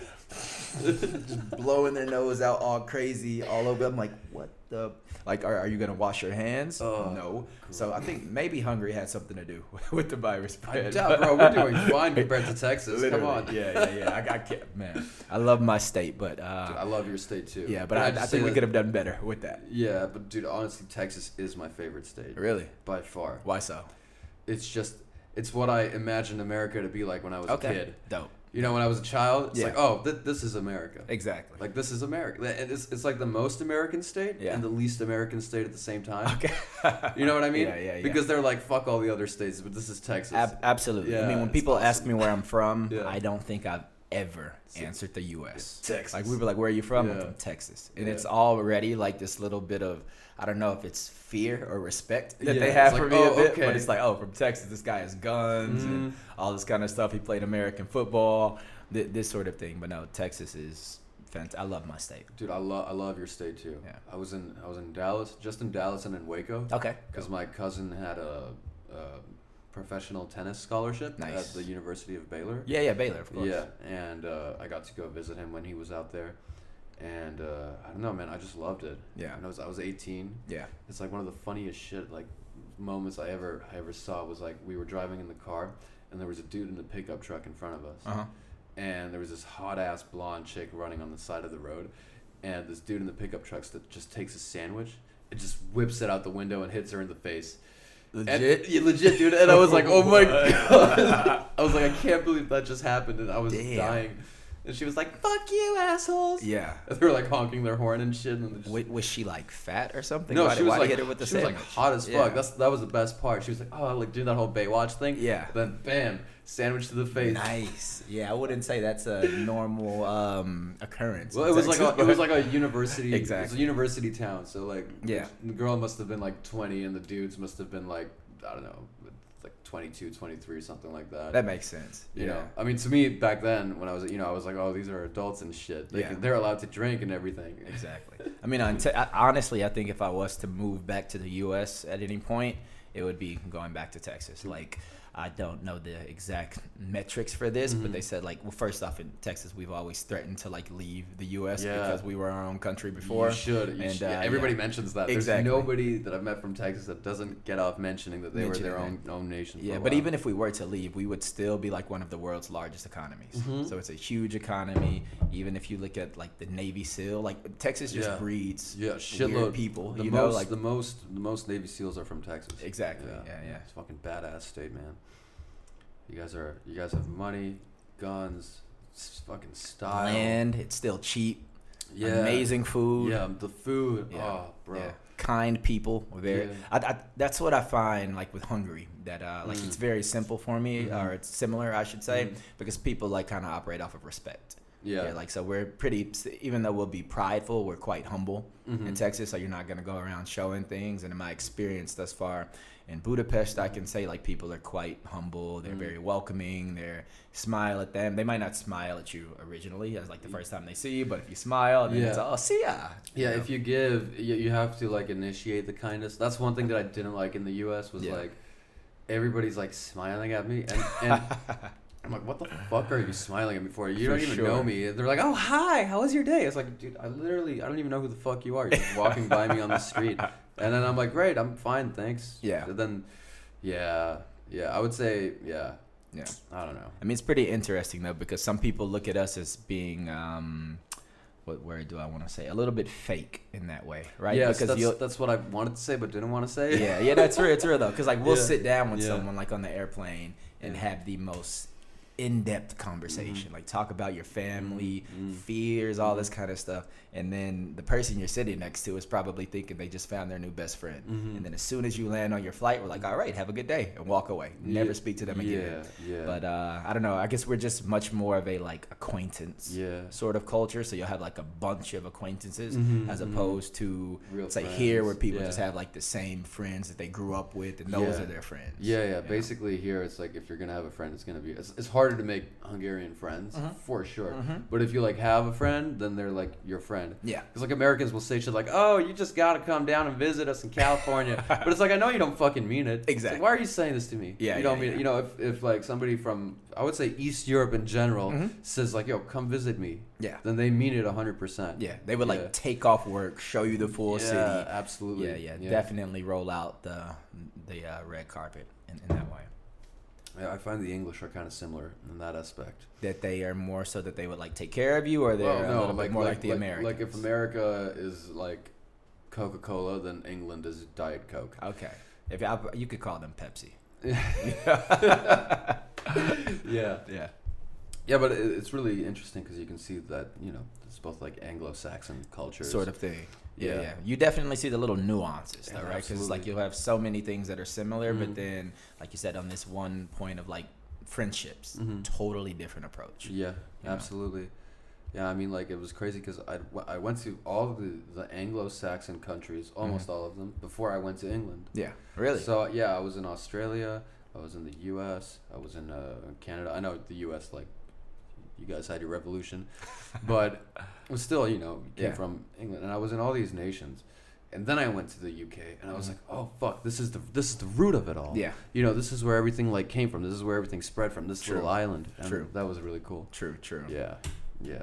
Speaker 2: just blowing their nose out all crazy all over. I'm like, what the? Like, are, are you gonna wash your hands?
Speaker 1: Oh,
Speaker 2: no. So I think maybe Hungary had something to do *laughs* with the virus spread. *laughs*
Speaker 1: I doubt, bro. We're doing fine compared to Texas.
Speaker 2: Literally.
Speaker 1: Come on.
Speaker 2: Yeah, yeah, yeah. I, I can't, man. I love my state, but
Speaker 1: Dude,
Speaker 2: uh,
Speaker 1: I love your state too.
Speaker 2: yeah, but
Speaker 1: Can
Speaker 2: I, I
Speaker 1: just
Speaker 2: think
Speaker 1: say
Speaker 2: we
Speaker 1: that-
Speaker 2: could have done better with that.
Speaker 1: Yeah, but dude, honestly, Texas is my favorite state
Speaker 2: Really?
Speaker 1: by far.
Speaker 2: Why so?
Speaker 1: It's just, it's what I imagined America to be like when I was a kid.
Speaker 2: Dope.
Speaker 1: You know, when I was a child, it's
Speaker 2: Yeah.
Speaker 1: like, oh, th- this is America.
Speaker 2: Exactly.
Speaker 1: Like this is America. And It's, it's like the most American state
Speaker 2: Yeah.
Speaker 1: and the least American state at the same time.
Speaker 2: okay. *laughs*
Speaker 1: You know what I mean?
Speaker 2: Yeah, yeah, yeah.
Speaker 1: Because they're like, fuck all the other states, but this is Texas.
Speaker 2: Ab- absolutely. I
Speaker 1: Yeah,
Speaker 2: mean, when
Speaker 1: it's
Speaker 2: people ask me where I'm from,
Speaker 1: *laughs* Yeah.
Speaker 2: I don't think I've ever
Speaker 1: See,
Speaker 2: answered the U.S.
Speaker 1: Texas.
Speaker 2: Like we were like, "Where are you from?" I'm
Speaker 1: Yeah.
Speaker 2: from Texas, and
Speaker 1: Yeah.
Speaker 2: it's already like this little bit of I don't know if it's fear or respect that
Speaker 1: Yeah,
Speaker 2: they
Speaker 1: it's
Speaker 2: have
Speaker 1: like,
Speaker 2: for me
Speaker 1: "Oh,
Speaker 2: a bit, but
Speaker 1: okay." Mm-hmm.
Speaker 2: it's like, "Oh, from Texas, this guy has guns and all this kind of stuff. He played American football, th- this sort of thing." But no, Texas is fantastic. I love my state.
Speaker 1: Dude, I love I love your state too.
Speaker 2: Yeah.
Speaker 1: I was in I was in Dallas, just in Dallas and in Waco,
Speaker 2: Okay,
Speaker 1: because my cousin had a, a professional tennis scholarship
Speaker 2: Nice.
Speaker 1: at the University of Baylor.
Speaker 2: yeah, yeah, Baylor, of course.
Speaker 1: Yeah, and uh, I got to go visit him when he was out there, and uh, I don't know, man. I just loved it.
Speaker 2: Yeah.
Speaker 1: And I was I was 18.
Speaker 2: yeah,
Speaker 1: It's like one of the funniest shit like moments I ever I ever saw was like we were driving in the car and there was a dude in a pickup truck in front of us
Speaker 2: uh huh.
Speaker 1: and there was this hot ass blonde chick running on the side of the road, and this dude in the pickup trucks that just takes a sandwich and just whips it out the window and hits her in the face. And-
Speaker 2: Legit.
Speaker 1: yeah, legit, dude. And I was like, oh my
Speaker 2: *laughs* What?
Speaker 1: god, I was like, I can't believe that just happened, and I was
Speaker 2: Damn.
Speaker 1: dying. And she was like, fuck you, assholes.
Speaker 2: yeah.
Speaker 1: And they were like honking their horn and shit, and they just.
Speaker 2: Wa- was she like fat or something?
Speaker 1: No,
Speaker 2: Why-
Speaker 1: she was
Speaker 2: why'd he
Speaker 1: like,
Speaker 2: hit her with the
Speaker 1: she was like
Speaker 2: sandwich?
Speaker 1: hot as fuck.
Speaker 2: Yeah.
Speaker 1: That's that was the best part. She was like, oh, like doing that whole Baywatch thing.
Speaker 2: Yeah.
Speaker 1: Then bam, sandwich to the face.
Speaker 2: Nice. Yeah, I wouldn't say that's a normal um, occurrence.
Speaker 1: Well,
Speaker 2: in
Speaker 1: it was like
Speaker 2: Texas,
Speaker 1: a, it was
Speaker 2: but-
Speaker 1: like a university. It's
Speaker 2: Exactly.
Speaker 1: a university town, so like
Speaker 2: Yeah.
Speaker 1: the girl must have been like twenty, and the dudes must have been like I don't know, like 22, 23, something like that.
Speaker 2: *laughs* that makes sense.
Speaker 1: you know, I mean, to me back then when I was you know I was like, oh, these are adults and shit. They
Speaker 2: Yeah.
Speaker 1: can, they're allowed to drink and everything.
Speaker 2: exactly. I mean, on te- I- honestly, I think if I was to move back to the U.S. at any point, it would be going back to Texas. Like, I don't know the exact metrics for this, but
Speaker 1: Mhm.
Speaker 2: they said like, well, first off, in Texas, we've always threatened to like leave the U.S.
Speaker 1: Yeah.
Speaker 2: because we were our own country before.
Speaker 1: You should. You
Speaker 2: And,
Speaker 1: should.
Speaker 2: uh,
Speaker 1: yeah, everybody
Speaker 2: yeah.
Speaker 1: mentions that.
Speaker 2: Exactly.
Speaker 1: There's nobody that I've met from Texas that doesn't get off mentioning that they were their own
Speaker 2: Mentioning
Speaker 1: own nation. for a
Speaker 2: Yeah, but
Speaker 1: while.
Speaker 2: even if we were to leave, we would still be like one of the world's largest economies.
Speaker 1: Mhm.
Speaker 2: So it's a huge economy. Even if you look at like the Navy SEAL, like Texas just
Speaker 1: Yeah.
Speaker 2: breeds
Speaker 1: yeah, shitload
Speaker 2: weird people.
Speaker 1: The
Speaker 2: you
Speaker 1: most,
Speaker 2: know, like
Speaker 1: the most, the most Navy SEAls are from Texas.
Speaker 2: exactly. Yeah, yeah.
Speaker 1: It's a fucking badass state, man. You guys are you guys have money, guns, s- fucking style.
Speaker 2: Land, it's still cheap.
Speaker 1: yeah.
Speaker 2: Amazing food.
Speaker 1: Yeah, the food.
Speaker 2: Yeah.
Speaker 1: Oh, bro.
Speaker 2: Yeah. Kind people, very.
Speaker 1: Yeah.
Speaker 2: I, I, that's what I find like with Hungary. That uh, like
Speaker 1: Mm.
Speaker 2: it's very simple for me,
Speaker 1: Mhm.
Speaker 2: or it's similar, I should say,
Speaker 1: Mhm.
Speaker 2: because people like kind of operate off of respect.
Speaker 1: Yeah.
Speaker 2: Yeah, like so we're pretty even though we'll be prideful, we're quite humble
Speaker 1: Mm-hmm. Mm.
Speaker 2: in Texas, so you're not gonna go around showing things. And in my experience thus far in Budapest, I can say like people are quite humble. They're
Speaker 1: Mm.
Speaker 2: very welcoming. They smile at them. They might not smile at you originally as like the first time they see you, but if you smile, then it's
Speaker 1: Yeah.
Speaker 2: all see ya.
Speaker 1: Yeah, if you give, you, you have to like initiate the kindness. That's one thing that I didn't like in the U.S. was
Speaker 2: Yeah.
Speaker 1: like everybody's like smiling at me,
Speaker 2: *laughs*
Speaker 1: and, and I'm like, what the fuck are you smiling at me for? You
Speaker 2: For
Speaker 1: don't even
Speaker 2: sure.
Speaker 1: know me. And they're like, oh hi, how was your day? It's like, dude, I literally, I don't even know who the fuck you are. You're just walking by me on the
Speaker 2: *laughs*
Speaker 1: street, and then I'm like, great, I'm fine, thanks.
Speaker 2: Yeah.
Speaker 1: And then, yeah, yeah, I would say, yeah,
Speaker 2: Yeah.
Speaker 1: I don't know.
Speaker 2: I mean, it's pretty interesting though because some people look at us as being, um, what word do I want to say? A little bit fake in that way, right?
Speaker 1: Yes,
Speaker 2: because
Speaker 1: that's,
Speaker 2: you'll-
Speaker 1: that's what I wanted to say but didn't want to say.
Speaker 2: yeah, yeah, that's real. It's real though, because like we'll
Speaker 1: Yeah.
Speaker 2: sit down with
Speaker 1: Yeah.
Speaker 2: someone like on the airplane and
Speaker 1: Yeah. Mm-hmm.
Speaker 2: have the most in-depth conversation, like talk about your family,
Speaker 1: Mhm.
Speaker 2: fears, all
Speaker 1: Mm-hmm.
Speaker 2: this kind of stuff, and then the person you're sitting next to is probably thinking they just found their new best friend,
Speaker 1: Mhm.
Speaker 2: and then as soon as you land on your flight, we're like, all right, have a good day, and walk away, never
Speaker 1: Yeah,
Speaker 2: speak to them again.
Speaker 1: Yeah, yeah.
Speaker 2: But uh, I don't know. I guess we're just much more of a like acquaintance
Speaker 1: yeah.
Speaker 2: sort of culture. So you'll have like a bunch of acquaintances
Speaker 1: Mhm,
Speaker 2: as
Speaker 1: mhm.
Speaker 2: opposed to
Speaker 1: Real
Speaker 2: say here where
Speaker 1: friends,
Speaker 2: people
Speaker 1: yeah.
Speaker 2: just have like the same friends that they grew up with and those
Speaker 1: Yeah.
Speaker 2: are their friends.
Speaker 1: Yeah,
Speaker 2: you
Speaker 1: yeah.
Speaker 2: know?
Speaker 1: Basically, here it's like if you're gonna have a friend, it's gonna be it's, it's harder to make Hungarian friends
Speaker 2: Mm-hmm.
Speaker 1: for sure. But if you like have a friend, then they're like your friend.
Speaker 2: Yeah.
Speaker 1: Because like Americans will say shit like, "Oh, you just gotta come down and visit us in
Speaker 2: *laughs*
Speaker 1: California," but it's like I know you don't fucking mean it. It's like,
Speaker 2: Exactly.
Speaker 1: why are you saying this to me?
Speaker 2: Yeah,
Speaker 1: You don't
Speaker 2: yeah,
Speaker 1: mean
Speaker 2: yeah.
Speaker 1: it. You know, if if like somebody from I would say East Europe in general
Speaker 2: Mhm.
Speaker 1: says like, "Yo, come visit me,"
Speaker 2: Yeah.
Speaker 1: then they mean it hundred percent.
Speaker 2: Yeah. They would like
Speaker 1: Yeah.
Speaker 2: take off work, show you the full
Speaker 1: Yeah,
Speaker 2: city.
Speaker 1: absolutely.
Speaker 2: Yeah, yeah, Definitely roll out the the uh, red carpet in, in that way.
Speaker 1: Yeah, I find the English are kind of similar in that aspect.
Speaker 2: That they are more so that they would like take care of you or they're a little bit more like, the Americans.
Speaker 1: Like if America is like Coca Cola, then England is Diet Coke.
Speaker 2: Okay. If I, you could call them
Speaker 1: *laughs*
Speaker 2: Pepsi.
Speaker 1: Yeah,
Speaker 2: *laughs* Yeah.
Speaker 1: yeah, but it, it's really interesting because you can see that you know it's both like Anglo-Saxon cultures.
Speaker 2: sort of thing. Yeah, yeah.
Speaker 1: Yeah.
Speaker 2: You definitely see the little nuances, though,
Speaker 1: Yeah,
Speaker 2: right? Because like
Speaker 1: absolutely.
Speaker 2: you'll have so many things that are similar, but
Speaker 1: Mhm.
Speaker 2: then, like you said, on this one point of like friendships,
Speaker 1: Mhm.
Speaker 2: totally different approach.
Speaker 1: Yeah,
Speaker 2: Yeah.
Speaker 1: absolutely. Yeah, I mean, like it was crazy because I I went to all of the the Anglo-Saxon countries, almost
Speaker 2: Mm-hmm.
Speaker 1: all of them, before I went to England.
Speaker 2: Yeah, really.
Speaker 1: So yeah, I was in Australia. I was in the U.S. I was in uh, Canada. I know the U.S. Like you guys had your
Speaker 2: *laughs*
Speaker 1: revolution, but it was still you know came
Speaker 2: Yeah.
Speaker 1: from England, and I was in all these nations. And then I went to the UK, and I was like, "Oh fuck, this is the this is the root of it all."
Speaker 2: Mm-hmm. Yeah.
Speaker 1: you know, this is where everything like came from. This is where everything spread from. This
Speaker 2: True.
Speaker 1: little island. And
Speaker 2: True.
Speaker 1: That was really cool.
Speaker 2: true, true. Yeah.
Speaker 1: Yeah,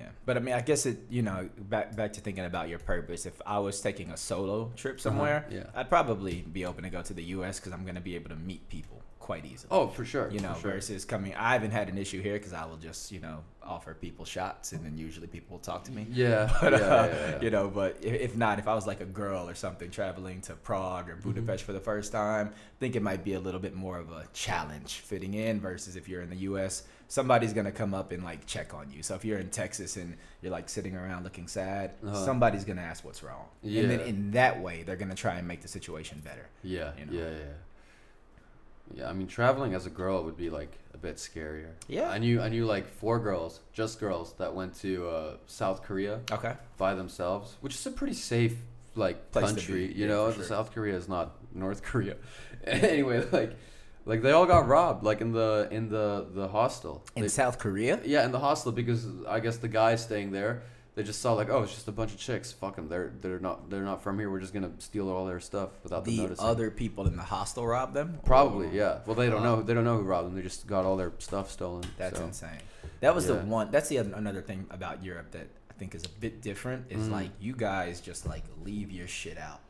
Speaker 1: yeah.
Speaker 2: but I mean, I guess it. You know, back back to thinking about your purpose. If I was taking a solo trip somewhere,
Speaker 1: Uh-huh. yeah.
Speaker 2: I'd probably be open to go to the U.S. because I'm gonna be able to meet people quite easily.
Speaker 1: Oh, for sure.
Speaker 2: you know,
Speaker 1: for sure.
Speaker 2: versus coming. I haven't had an issue here because I will just, you know, offer people shots and then usually people will talk to me.
Speaker 1: Yeah,
Speaker 2: *laughs* But,
Speaker 1: yeah,
Speaker 2: uh,
Speaker 1: yeah, yeah.
Speaker 2: you know, but if, if not, if I was like a girl or something traveling to Prague
Speaker 1: Mm-hmm.
Speaker 2: or Budapest for the first time, I think it might be a little bit more of a challenge fitting in versus if you're in the U.S. Somebody's gonna come up and like check on you. So if you're in Texas and you're like sitting around looking sad,
Speaker 1: Uh-huh.
Speaker 2: somebody's gonna ask what's wrong, and then
Speaker 1: Yeah.
Speaker 2: in that way they're gonna try and make the situation better.
Speaker 1: Yeah,
Speaker 2: you know?
Speaker 1: yeah, yeah. Yeah, I mean, traveling as a girl would be like a bit scarier.
Speaker 2: Yeah.
Speaker 1: I knew I knew like four girls, just girls, that went to uh, South Korea
Speaker 2: Okay.
Speaker 1: by themselves, which is a pretty safe like
Speaker 2: Place to
Speaker 1: country.
Speaker 2: be,
Speaker 1: You
Speaker 2: yeah,
Speaker 1: know,
Speaker 2: for sure.
Speaker 1: South Korea is not North *laughs* Korea. anyway, like, like they all got robbed, like in the in the the hostel.
Speaker 2: In
Speaker 1: They-
Speaker 2: South Korea.
Speaker 1: *laughs* yeah, in the hostel because I guess the guys staying there, they just saw like, oh, it's just a bunch of chicks. Fuck them. They're they're not they're not from here. We're just gonna steal all their stuff without them
Speaker 2: the
Speaker 1: noticing.
Speaker 2: other people in the hostel robbed them?
Speaker 1: Probably,
Speaker 2: Or-
Speaker 1: yeah. Well, they don't
Speaker 2: Wow.
Speaker 1: know. They don't know who robbed them. They just got all their stuff stolen.
Speaker 2: That's
Speaker 1: so.
Speaker 2: insane. That was the
Speaker 1: Yeah.
Speaker 2: one. That's the other, another thing about Europe that I think is a bit different. Is
Speaker 1: Mhm.
Speaker 2: like you guys just like leave your shit out.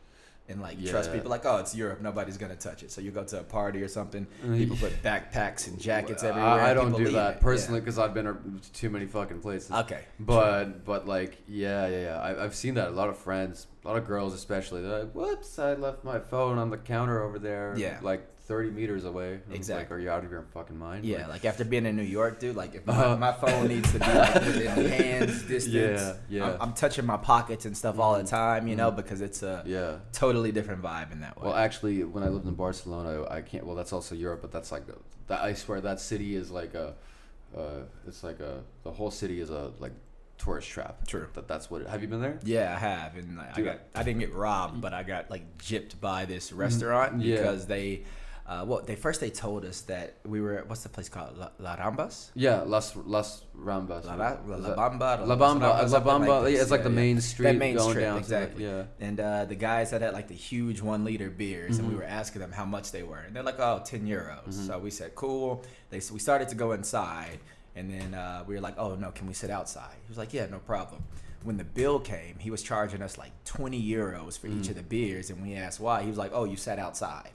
Speaker 2: And like trust
Speaker 1: Yeah.
Speaker 2: people, like oh, it's Europe, nobody's gonna touch it. So you go to a party or something,
Speaker 1: Mm,
Speaker 2: people put backpacks and jackets
Speaker 1: I-
Speaker 2: everywhere.
Speaker 1: I,
Speaker 2: and
Speaker 1: don't
Speaker 2: people
Speaker 1: do
Speaker 2: leave
Speaker 1: that
Speaker 2: it.
Speaker 1: personally because I've been ar- to too many fucking places.
Speaker 2: Yeah. Okay,
Speaker 1: But but like yeah yeah yeah I, I've seen that a lot of friends a lot of girls especially they're like whoops I left my phone on the counter over there
Speaker 2: Yeah.
Speaker 1: like thirty meters away And it's like
Speaker 2: Exactly.
Speaker 1: are you out of your fucking mind
Speaker 2: yeah.
Speaker 1: Like,
Speaker 2: Like, after being in New York, dude, like if my,
Speaker 1: Uh-huh.
Speaker 2: my phone needs to be
Speaker 1: *laughs*
Speaker 2: like within hands distance,
Speaker 1: Yeah, yeah.
Speaker 2: I'm, I'm touching my pockets and stuff all the time, you know,
Speaker 1: Mhm.
Speaker 2: because it's a
Speaker 1: yeah
Speaker 2: totally different vibe in that way.
Speaker 1: Well, actually, when I lived in Barcelona, I can't. Well, that's also Europe, but that's like, that, I swear that city is like a, Uh, it's like a the whole city is a like tourist trap.
Speaker 2: True.
Speaker 1: That that's what. It, have you been there?
Speaker 2: Yeah, I have, and like, I
Speaker 1: Dude,
Speaker 2: got I didn't get robbed, but I got like gypped by this restaurant
Speaker 1: Mm-hmm. yeah.
Speaker 2: because they, uh, well, they first they told us that we were at- what's the place called La, La Rambas,
Speaker 1: Yeah, Las Las Rambas.
Speaker 2: La, La, La,
Speaker 1: Is
Speaker 2: La
Speaker 1: that-
Speaker 2: Bamba,
Speaker 1: La Bamba, La
Speaker 2: something
Speaker 1: Bamba.
Speaker 2: this.
Speaker 1: yeah, it's like
Speaker 2: Yeah,
Speaker 1: the
Speaker 2: yeah.
Speaker 1: main street
Speaker 2: main
Speaker 1: going
Speaker 2: strip,
Speaker 1: down. to the-
Speaker 2: exactly.
Speaker 1: yeah. Mm-hmm.
Speaker 2: And uh, the guys that had like the huge one liter beers, and we were asking them how much they were, and they're like, "Oh, 10 euros." So we said, "Cool." They s- we started to go inside, and then uh, we were like, "Oh no, can we sit outside?" He was like, "Yeah, no problem." When the bill came, he was charging us like 20 euros for
Speaker 1: Mm.
Speaker 2: each of the beers, and we asked why. He was like, "Oh, you sat outside."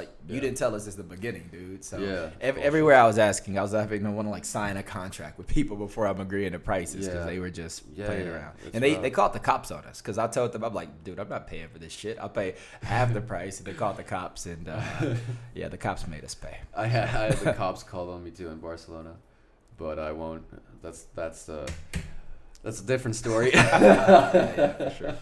Speaker 2: Like you
Speaker 1: Yeah.
Speaker 2: didn't tell us this at the beginning, dude. So
Speaker 1: Yeah,
Speaker 2: ev-
Speaker 1: bullshit.
Speaker 2: everywhere I was asking, I was having to want to like sign a contract with people before I'm agreeing to prices because
Speaker 1: Yeah.
Speaker 2: they were just
Speaker 1: Yeah,
Speaker 2: playing
Speaker 1: yeah,
Speaker 2: around.
Speaker 1: it's
Speaker 2: And they,
Speaker 1: rough.
Speaker 2: they called the cops on us because I told them I'm like, dude, I'm not paying for this shit. I'll pay half the price. And they called the cops, and uh,
Speaker 1: *laughs*
Speaker 2: yeah, the cops made us pay.
Speaker 1: I had, I
Speaker 2: *laughs*
Speaker 1: had the cops called on me too in Barcelona, but I won't. That's that's uh, that's a different story.
Speaker 2: Yeah, *laughs* yeah, for sure.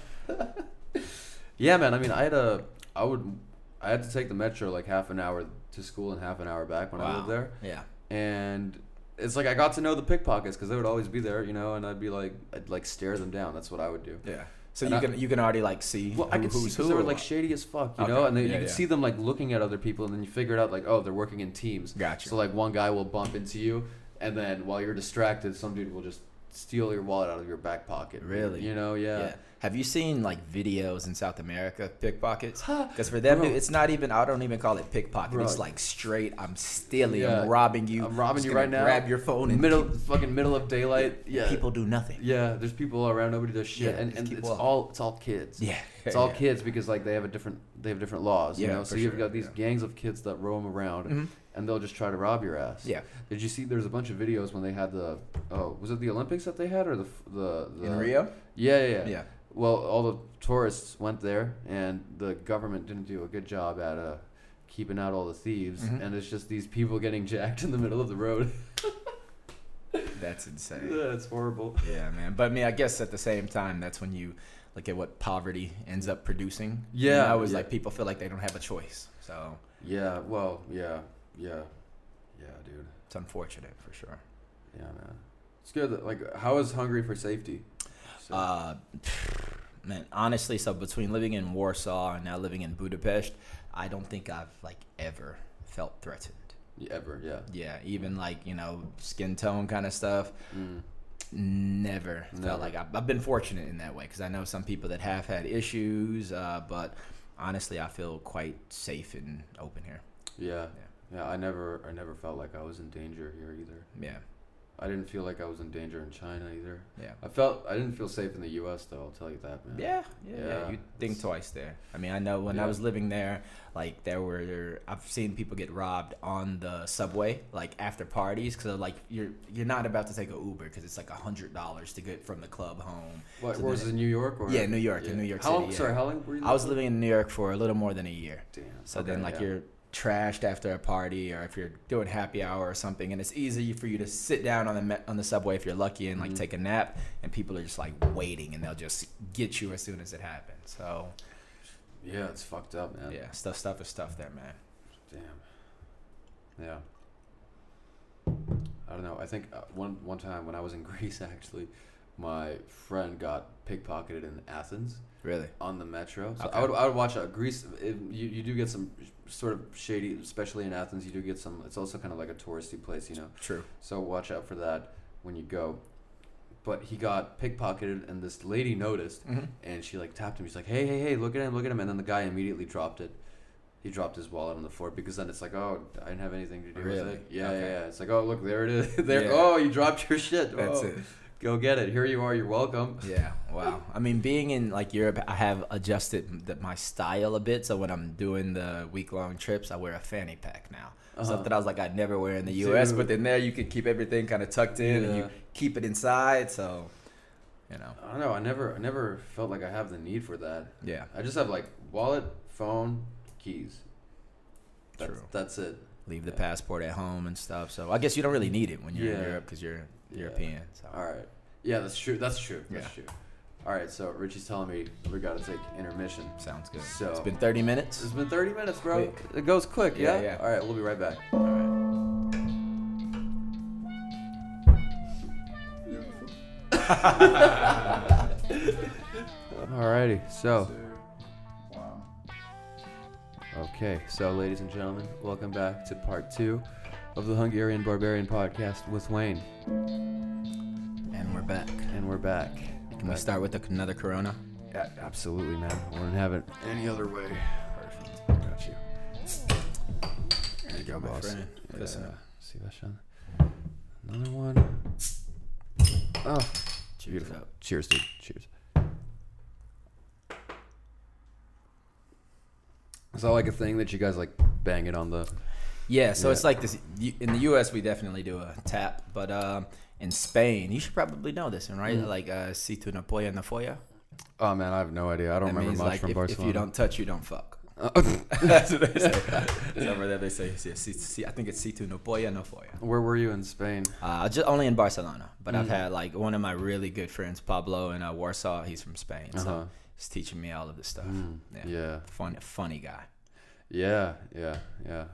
Speaker 1: yeah, man. I mean, I had a I would I had to take the metro like half an hour to school and half an hour back when I lived there,
Speaker 2: Yeah,
Speaker 1: and it's like I got to know the pickpockets because they would always be there, you know, and I'd be like I'd like stare them down. That's what I would do.
Speaker 2: yeah. So
Speaker 1: And
Speaker 2: you
Speaker 1: I-
Speaker 2: can you can already like see
Speaker 1: Well,
Speaker 2: who,
Speaker 1: I could see
Speaker 2: who's
Speaker 1: 'cause
Speaker 2: who.
Speaker 1: they were
Speaker 2: or
Speaker 1: like
Speaker 2: what.
Speaker 1: shady as fuck, you
Speaker 2: Okay.
Speaker 1: know, and then
Speaker 2: Yeah,
Speaker 1: you could
Speaker 2: yeah.
Speaker 1: see them like looking at other people, and then you figure it out like, oh, they're working in teams.
Speaker 2: Gotcha.
Speaker 1: So like one guy will bump into you, and then while you're distracted, some dude will just steal your wallet out of your back pocket.
Speaker 2: Really?
Speaker 1: You know?
Speaker 2: yeah.
Speaker 1: Yeah.
Speaker 2: Have you seen like videos in South America
Speaker 1: *laughs*
Speaker 2: of pickpockets?
Speaker 1: Huh.
Speaker 2: Because for them,
Speaker 1: Bro.
Speaker 2: dude, it's not even. I don't even call it pickpocket.
Speaker 1: Bro.
Speaker 2: It's like straight. I'm stealing.
Speaker 1: Yeah.
Speaker 2: I'm robbing you.
Speaker 1: I'm robbing
Speaker 2: just
Speaker 1: you
Speaker 2: gonna
Speaker 1: right now.
Speaker 2: Grab your phone. And
Speaker 1: middle fucking middle of
Speaker 2: *laughs*
Speaker 1: daylight. Yeah.
Speaker 2: People do nothing.
Speaker 1: Yeah. There's people around. Nobody does shit,
Speaker 2: Yeah,
Speaker 1: and,
Speaker 2: just
Speaker 1: and
Speaker 2: keep
Speaker 1: it's
Speaker 2: walking.
Speaker 1: all it's all kids.
Speaker 2: Yeah.
Speaker 1: It's all
Speaker 2: Yeah.
Speaker 1: kids because like they have a different they have different laws, you
Speaker 2: Yeah,
Speaker 1: know.
Speaker 2: for
Speaker 1: So you've
Speaker 2: sure,
Speaker 1: got these
Speaker 2: yeah.
Speaker 1: gangs of kids that roam around,
Speaker 2: Mhm.
Speaker 1: and they'll just try to rob your ass.
Speaker 2: Yeah.
Speaker 1: Did you see? There's a bunch of videos when they had the oh was it the Olympics that they had or the f- the, the
Speaker 2: In Rio.
Speaker 1: Yeah, yeah, yeah.
Speaker 2: Yeah.
Speaker 1: Well, all the tourists went there, and the government didn't do a good job at uh, keeping out all the thieves.
Speaker 2: Mhm.
Speaker 1: And it's just these people getting jacked in the middle of the road.
Speaker 2: That's insane.
Speaker 1: *laughs* That's horrible.
Speaker 2: yeah, man. But I mean, I guess at the same time, that's when you look at what poverty ends up producing.
Speaker 1: Yeah,
Speaker 2: I was
Speaker 1: yeah.
Speaker 2: like, people feel like they don't have a choice. So
Speaker 1: Yeah. Well. Yeah. Yeah. Yeah, dude.
Speaker 2: it's unfortunate for sure.
Speaker 1: Yeah, man. It's good. That, like, how is Hungary for safety? So-
Speaker 2: Uh, *sighs* man, honestly, so between living in Warsaw and now living in Budapest, I don't think I've like ever felt threatened.
Speaker 1: Yeah, ever? Yeah.
Speaker 2: Yeah, even like you know skin tone kind of stuff.
Speaker 1: Mm.
Speaker 2: Never,
Speaker 1: Never.
Speaker 2: felt like I've, I've been fortunate in that way because I know some people that have had issues, uh, but honestly, I feel quite safe and open here.
Speaker 1: Yeah.
Speaker 2: Yeah.
Speaker 1: Yeah. I never. I never felt like I was in danger here either.
Speaker 2: Yeah,
Speaker 1: I didn't feel like I was in danger in China either.
Speaker 2: yeah,
Speaker 1: I felt. I didn't feel safe in the U.S. though. I'll tell you that, man.
Speaker 2: yeah, yeah.
Speaker 1: Yeah,
Speaker 2: You think
Speaker 1: it's-
Speaker 2: twice there. I mean, I know when
Speaker 1: Yeah.
Speaker 2: I was living there, like there were I've seen people get robbed on the subway, like after parties, because like you're you're not about to take a Uber because it's like a hundred dollars to get from the club home.
Speaker 1: What,
Speaker 2: So
Speaker 1: was
Speaker 2: then-
Speaker 1: it in New York? Or?
Speaker 2: Yeah, New York, in New York
Speaker 1: how
Speaker 2: City,
Speaker 1: Long,
Speaker 2: yeah.
Speaker 1: Sorry, how long were you?
Speaker 2: I was living in New York for a little more than a year.
Speaker 1: Damn.
Speaker 2: So
Speaker 1: Okay,
Speaker 2: then, like,
Speaker 1: yeah.
Speaker 2: you're trashed after a party, or if you're doing happy hour or something, and it's easy for you to sit down on the me- on the subway if you're lucky and like
Speaker 1: Mhm.
Speaker 2: take a nap, and people are just like waiting, and they'll just get you as soon as it happens. So
Speaker 1: Yeah, it's fucked up, man.
Speaker 2: yeah, stuff, stuff is stuff there, man.
Speaker 1: Damn. Yeah. I don't know. I think uh, one one time when I was in *laughs* Greece, actually, my friend got pickpocketed in Athens
Speaker 2: Really?
Speaker 1: on the metro. So
Speaker 2: Okay.
Speaker 1: I would I would watch out. Greece. It, you you do get some sort of shady, especially in Athens. You do get some. It's also kind of like a touristy place, you know.
Speaker 2: True.
Speaker 1: So watch out for that when you go. But he got pickpocketed, and this lady noticed.
Speaker 2: Mm-hmm.
Speaker 1: and she like tapped him. She's like, "Hey, hey, hey, look at him, look at him!" And then the guy immediately dropped it. He dropped his wallet on the floor because then it's like, "Oh, I didn't have anything to do with
Speaker 2: Really?
Speaker 1: it." Yeah, yeah,
Speaker 2: Okay.
Speaker 1: yeah. It's like, "Oh, look, there it is. *laughs* there.
Speaker 2: Yeah.
Speaker 1: Oh, you dropped your shit.
Speaker 2: That's
Speaker 1: Oh,
Speaker 2: it.
Speaker 1: Go get it. Here you are. You're welcome."
Speaker 2: *laughs* Yeah. Wow. I mean, being in like Europe, I have adjusted the, my style a bit. So when I'm doing the week long trips, I wear a fanny pack now.
Speaker 1: Uh-huh.
Speaker 2: Something I was like I'd never wear in the U.S. But then there, you could keep everything kind of tucked in, and
Speaker 1: Yeah.
Speaker 2: you keep it inside. So, you know.
Speaker 1: I don't know. I never, I never felt like I have the need for that.
Speaker 2: Yeah.
Speaker 1: I just have like wallet, phone, keys. That's,
Speaker 2: True.
Speaker 1: That's it.
Speaker 2: Leave the
Speaker 1: Yeah.
Speaker 2: passport at home and stuff. So I guess you don't really need it when you're in
Speaker 1: Yeah.
Speaker 2: Europe because you're
Speaker 1: Yeah.
Speaker 2: European. So.
Speaker 1: All right. Yeah, that's true. That's true. That's
Speaker 2: Yeah.
Speaker 1: true. All right. So Richie's telling me we gotta take intermission.
Speaker 2: Sounds good.
Speaker 1: So-
Speaker 2: it's been 30 minutes.
Speaker 1: It's been 30 minutes, bro.
Speaker 2: Quick.
Speaker 1: It goes quick,
Speaker 2: Yeah,
Speaker 1: yeah?
Speaker 2: yeah.
Speaker 1: All right, we'll be right back.
Speaker 2: All right.
Speaker 1: Alrighty, so
Speaker 3: Wow.
Speaker 1: okay, so ladies and gentlemen, welcome back to part two of the Hungarian Barbarian podcast with Wayne,
Speaker 2: and we're back.
Speaker 1: and we're back.
Speaker 2: Can we
Speaker 1: Back-
Speaker 2: start with another Corona?
Speaker 1: A- absolutely, man. I wouldn't have it any other way. Perfect. Got you. There you go,
Speaker 2: My
Speaker 1: boss.
Speaker 2: friend. Listen
Speaker 1: Yeah.
Speaker 2: up.
Speaker 1: See that shot? Another one. Oh,
Speaker 2: Cheers
Speaker 1: beautiful.
Speaker 2: up.
Speaker 1: Cheers, dude. Cheers. Is that like a thing that you guys like bang it on the?
Speaker 2: Yeah, so it's
Speaker 1: Yeah.
Speaker 2: like this. you- In the U.S., we definitely do a tap, but um, in Spain, you should probably know this, one, right?
Speaker 1: Mhm.
Speaker 2: Like uh, si tu no polla no folla.
Speaker 1: Oh man, I have no idea. I don't
Speaker 2: That
Speaker 1: remember
Speaker 2: means,
Speaker 1: much
Speaker 2: like,
Speaker 1: from
Speaker 2: if, if
Speaker 1: Barcelona.
Speaker 2: you don't touch, you don't fuck.
Speaker 1: *laughs* Uh,
Speaker 2: *laughs* That's what they say. so over there, they say, si, si, si, I think it's si tu no polla no folla.
Speaker 1: Where were you in Spain?
Speaker 2: Uh, just only in Barcelona, but I've
Speaker 1: Mm.
Speaker 2: had like one of my really good friends, Pablo in uh, Warsaw. He's from Spain,
Speaker 1: Uh-huh.
Speaker 2: so he's teaching me all of this stuff.
Speaker 1: Mm,
Speaker 2: Yeah.
Speaker 1: yeah.
Speaker 2: Fun, funny guy.
Speaker 1: Yeah, yeah, yeah.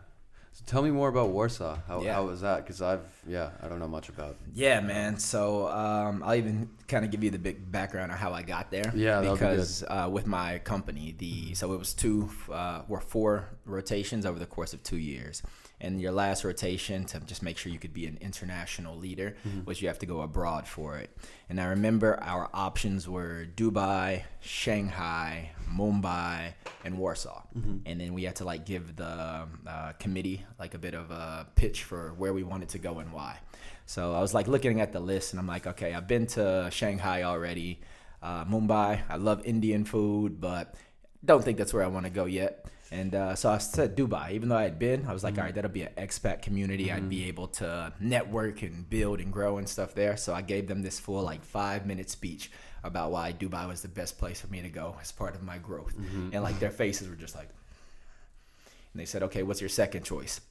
Speaker 1: So tell me more about Warsaw. How,
Speaker 2: Yeah.
Speaker 1: how was that? Because I've yeah, I don't know much
Speaker 2: *laughs*
Speaker 1: about.
Speaker 2: Yeah, man. So um, I'll even kind of give you the big background on how I got there.
Speaker 1: Yeah, that would be good.
Speaker 2: because uh, with my company, the so it was two uh, or four rotations over the course of two years, and your last rotation to just make sure you could be an international leader was you have to go abroad for it. And I remember our options were Dubai, Shanghai, Mumbai, and Warsaw, and then we had to like give the uh, committee like a bit of a pitch for where we wanted to go and why. So I was like looking at the list, and I'm like, okay, I've been to Shanghai already uh, Mumbai. I love Indian food, but don't think that's where I want to go yet. And uh, so I said Dubai, even though I had been, I was like, all right, that'll be an expat community. I'd be able to network and build and grow and stuff there. So I gave them this full, like, five minute speech about why Dubai was the best place for me to go as part of my growth. And, like, their faces were just like, and they said, okay, what's your second choice?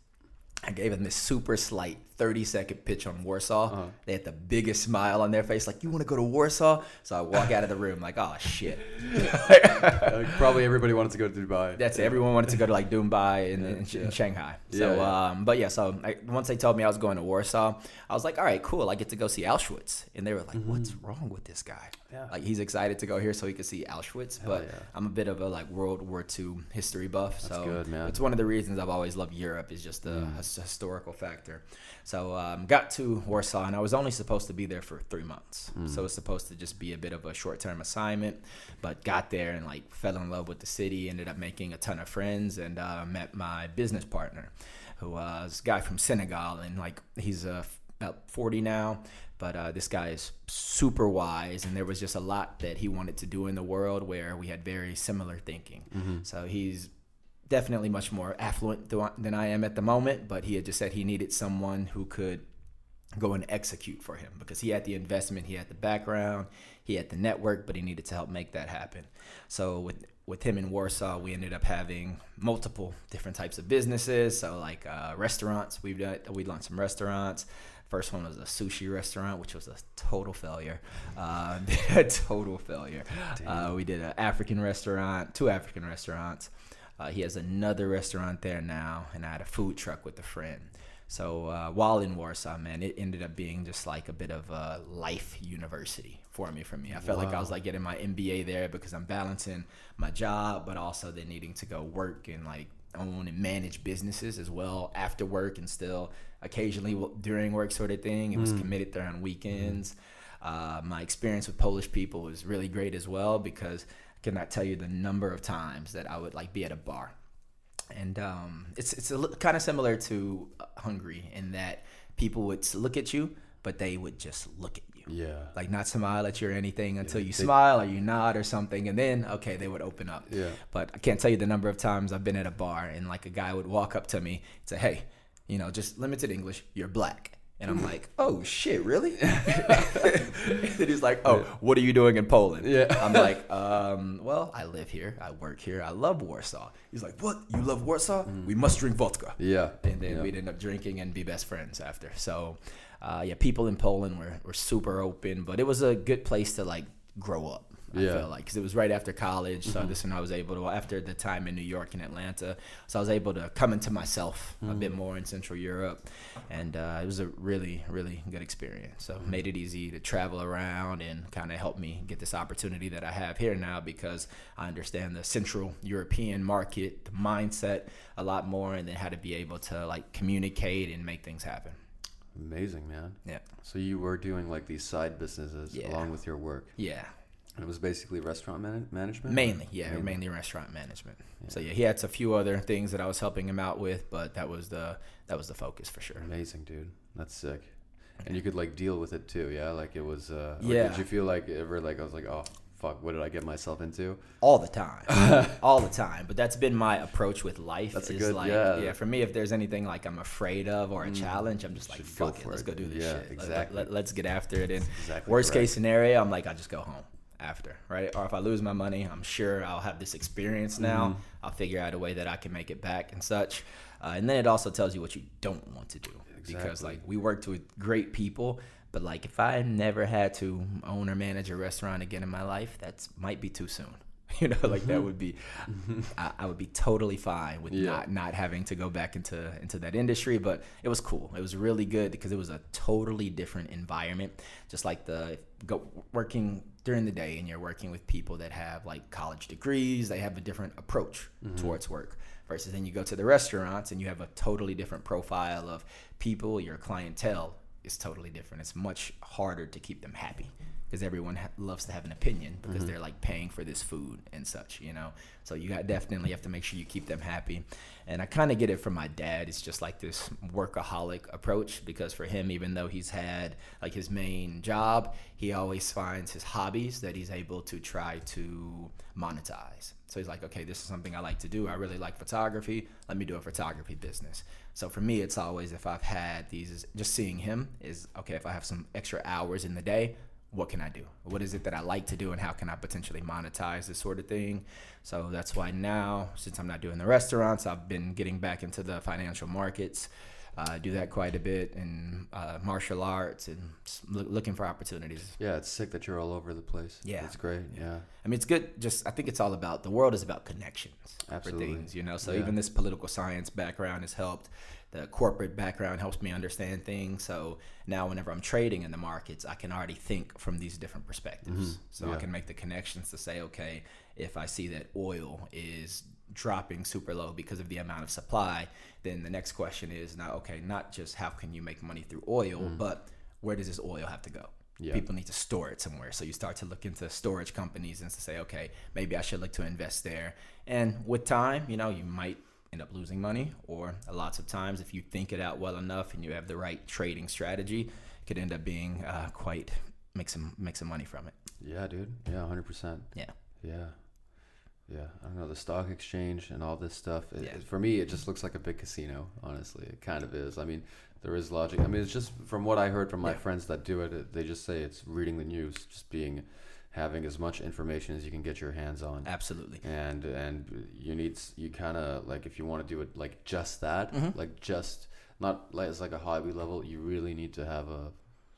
Speaker 2: I gave them this super slight 30 second pitch on Warsaw.
Speaker 1: Uh-huh.
Speaker 2: They had the biggest smile on their face, like, you want to go to Warsaw? So I walk out of the room, like, oh, shit.
Speaker 1: Like, probably everybody wanted to go to Dubai.
Speaker 2: That's it. Everyone wanted to go to like Dubai and, and, Sh- and Shanghai. So,
Speaker 1: Yeah, yeah.
Speaker 2: Um, but yeah, so I, once they told me I was going to Warsaw, I was like, all right, cool. I get to go see Auschwitz. And they were like, what's wrong with this guy?
Speaker 1: Mm-hmm. Yeah.
Speaker 2: Like, he's excited to go here so he could see Auschwitz. but
Speaker 1: yeah.
Speaker 2: I'm a bit of a like World War II history buff. so,
Speaker 1: good, man. Mm.
Speaker 2: it's one of the reasons I've always loved Europe is just the his- historical factor. So, um, got to Warsaw and I was only supposed to be there for three months.
Speaker 1: Mm.
Speaker 2: So, it's supposed to just be a bit of a short term assignment, but got there and like fell in love with the city, ended up making a ton of friends, and uh, met my business partner who uh, is a guy from Senegal, and like he's uh, f- about 40 now, but uh, this guy is super wise, and there was just a lot that he wanted to do in the world where we had very similar thinking.
Speaker 1: Mm-hmm.
Speaker 2: So he's definitely much more affluent th- than I am at the moment, but he had just said he needed someone who could go and execute for him because he had the investment, he had the background, he had the network, but he needed to help make that happen. So with with him in Warsaw, we ended up having multiple different types of businesses. So like uh, restaurants, we've done, we launched some restaurants. First one was a sushi restaurant, which was a total failure. Uh, *laughs* a total failure. Uh, we did an African restaurant, two African restaurants. Uh, he has another restaurant there now, and I had a food truck with a friend. So uh, while in Warsaw, man, it ended up being just like a bit of a life university for me. For me, I felt like I was like getting my MBA there because I'm balancing my job, but also then needing to go work and like own and manage businesses as well after work and still occasionally w- during work sort of thing. It was committed there on weekends. Uh, my experience with Polish people was really great as well because I cannot tell you the number of times that I would like be at a bar and um, it's it's a li- kind of similar to uh, Hungary in that people would s- look at you, but they would just look at you,
Speaker 1: Yeah.
Speaker 2: like not smile at you or anything until you smile or you nod or something, and then okay, they would open up.
Speaker 1: Yeah.
Speaker 2: But I can't tell you the number of times I've been at a bar and like a guy would walk up to me and say, "Hey, you know, just limited English, you're black." And I'm like, oh shit, really? *laughs* and then he's like, oh, what are you doing in Poland?
Speaker 1: Yeah.
Speaker 2: I'm like, um, well, I live here, I work here, I love Warsaw. He's like, what? You love Warsaw?
Speaker 1: Mm.
Speaker 2: We must drink vodka.
Speaker 1: yeah.
Speaker 2: And then
Speaker 1: yeah.
Speaker 2: we'd end up drinking and be best friends after. So, uh, yeah, people in Poland were, were super open, but it was a good place to like grow up.
Speaker 1: Yeah.
Speaker 2: I feel like because it was right after college. So
Speaker 1: Mhm.
Speaker 2: this one I was able to after the time in New York and Atlanta. So I was able to come into myself a bit more in Central Europe, and uh, it was a really really good experience. So made it easy to travel around and kind of helped me get this opportunity that I have here now because I understand the Central European market, the mindset a lot more, and then how to be able to like communicate and make things happen.
Speaker 1: Amazing, man.
Speaker 2: Yeah.
Speaker 1: So you were doing like these side businesses
Speaker 2: Yeah.
Speaker 1: along with your work.
Speaker 2: Yeah.
Speaker 1: And it was basically restaurant man- management?
Speaker 2: Mainly, yeah,
Speaker 1: Mainly.
Speaker 2: mainly, restaurant management. So yeah, he had a few other things that I was helping him out with, but that was the that was the focus for sure.
Speaker 1: Amazing, dude. That's sick. And you could like deal with it too, yeah? Like it was, uh, like,
Speaker 2: Yeah.
Speaker 1: Did you feel like ever like I was like, oh, fuck, what did I get myself into?
Speaker 2: All the time, *laughs* all the time. But that's been my approach with life.
Speaker 1: That's a
Speaker 2: is
Speaker 1: good-
Speaker 2: like,
Speaker 1: yeah. Mm.
Speaker 2: For me, if there's anything like I'm afraid of or a challenge, I'm just like,
Speaker 1: Should go
Speaker 2: fuck it,
Speaker 1: for
Speaker 2: let's
Speaker 1: it.
Speaker 2: go do this
Speaker 1: Yeah,
Speaker 2: shit. Let-
Speaker 1: exactly.
Speaker 2: Let, us get after it. And
Speaker 1: exactly
Speaker 2: worst
Speaker 1: correct.
Speaker 2: case scenario, I'm like, I just go home after, right? Or if I lose my money, I'm sure I'll have this experience now.
Speaker 1: Mm-hmm.
Speaker 2: I'll figure out a way that I can make it back and such. Uh, and then it also tells you what you don't want to do because
Speaker 1: Exactly.
Speaker 2: like we worked with great people. But like, if I never had to own or manage a restaurant again in my life, that's might be too soon. *laughs* You know, like that would be, I, I would be totally fine with
Speaker 1: Yeah.
Speaker 2: not not having to go back into into that industry but it was cool it was really good because it was a totally different environment just like the go, working during the day and you're working with people that have like college degrees they have a different approach towards work versus then you go to the restaurants and you have a totally different profile of people your clientele is totally different it's much harder to keep them happy because everyone ha- loves to have an opinion because they're like paying for this food and such, you know. So you got definitely have to make sure you keep them happy. And I kind of get it from my dad. It's just like this workaholic approach because for him, even though he's had like his main job, he always finds his hobbies that he's able to try to monetize. So he's like, okay, this is something I like to do. I really like photography. Let me do a photography business. So for me, it's always if I've had these, is just seeing him is okay. If I have some extra hours in the day, what can I do? What is it that I like to do, and how can I potentially monetize this sort of thing? So that's why now, since I'm not doing the restaurants, I've been getting back into the financial markets. Uh, do that quite a bit in uh, martial arts and just loo- looking for opportunities.
Speaker 1: Yeah, it's sick that you're all over the place.
Speaker 2: Yeah.
Speaker 1: It's great. Yeah.
Speaker 2: I mean, it's good. Just I think it's all about the world is about connections
Speaker 1: Absolutely.
Speaker 2: for things, you know. So
Speaker 1: Yeah.
Speaker 2: even this political science background has helped. The corporate background helps me understand things. So now, whenever I'm trading in the markets, I can already think from these different perspectives. So I
Speaker 1: Mm-hmm. Yeah.
Speaker 2: can make the connections to say, okay, if I see that oil is dropping super low because of the amount of supply, then the next question is now, okay, not just how can you make money through oil, but where does this oil have to go?
Speaker 1: Mm. Yeah.
Speaker 2: People need to store it somewhere. So you start to look into storage companies and to say, okay, maybe I should look to invest there. And with time, you know, you might end up losing money, or lots of times, if you think it out well enough and you have the right trading strategy, it could end up being uh, quite make some make some money from it.
Speaker 1: Yeah, dude. Yeah, 100%.
Speaker 2: Yeah.
Speaker 1: Yeah. Yeah. I don't know. The stock exchange and all this stuff. It,
Speaker 2: Yeah.
Speaker 1: it- for me, it just looks like a big casino, honestly. It kind of is. I mean, there is logic. I mean, it's just from what I heard from my
Speaker 2: Yeah.
Speaker 1: friends that do it, it, they just say it's reading the news, just being, having as much information as you can get your hands on.
Speaker 2: Absolutely.
Speaker 1: and and you need s- you kind of like if you want to do it like just that
Speaker 2: Mm-hmm.
Speaker 1: like just not like it's like a hobby level you really need to have a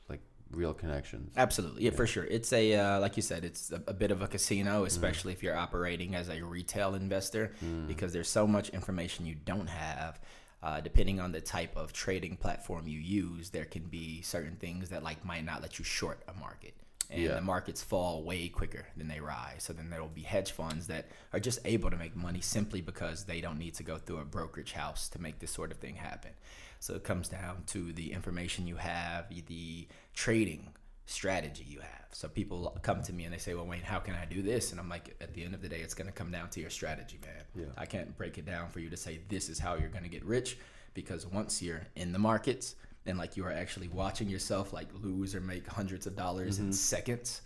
Speaker 1: like real connections
Speaker 2: Absolutely, yeah, for sure. It's a uh, like you said, it's a, a bit of a casino, especially if you're operating as a retail investor, because there's so much information you don't have. Uh, depending on the type of trading platform you use, there can be certain things that like might not let you short a market, and
Speaker 1: Yeah.
Speaker 2: the markets fall way quicker than they rise. So then there will be hedge funds that are just able to make money simply because they don't need to go through a brokerage house to make this sort of thing happen. So it comes down to the information you have, the trading strategy you have. So people come to me and they say, "Well, Wayne, how can I do this?" And I'm like, "At the end of the day, it's going to come down to your strategy, man.
Speaker 1: Yeah.
Speaker 2: I can't break it down for you to say this is how you're going to get rich because once you're in the markets and like you are actually watching yourself like lose or make hundreds of dollars
Speaker 1: Mm-hmm.
Speaker 2: in seconds,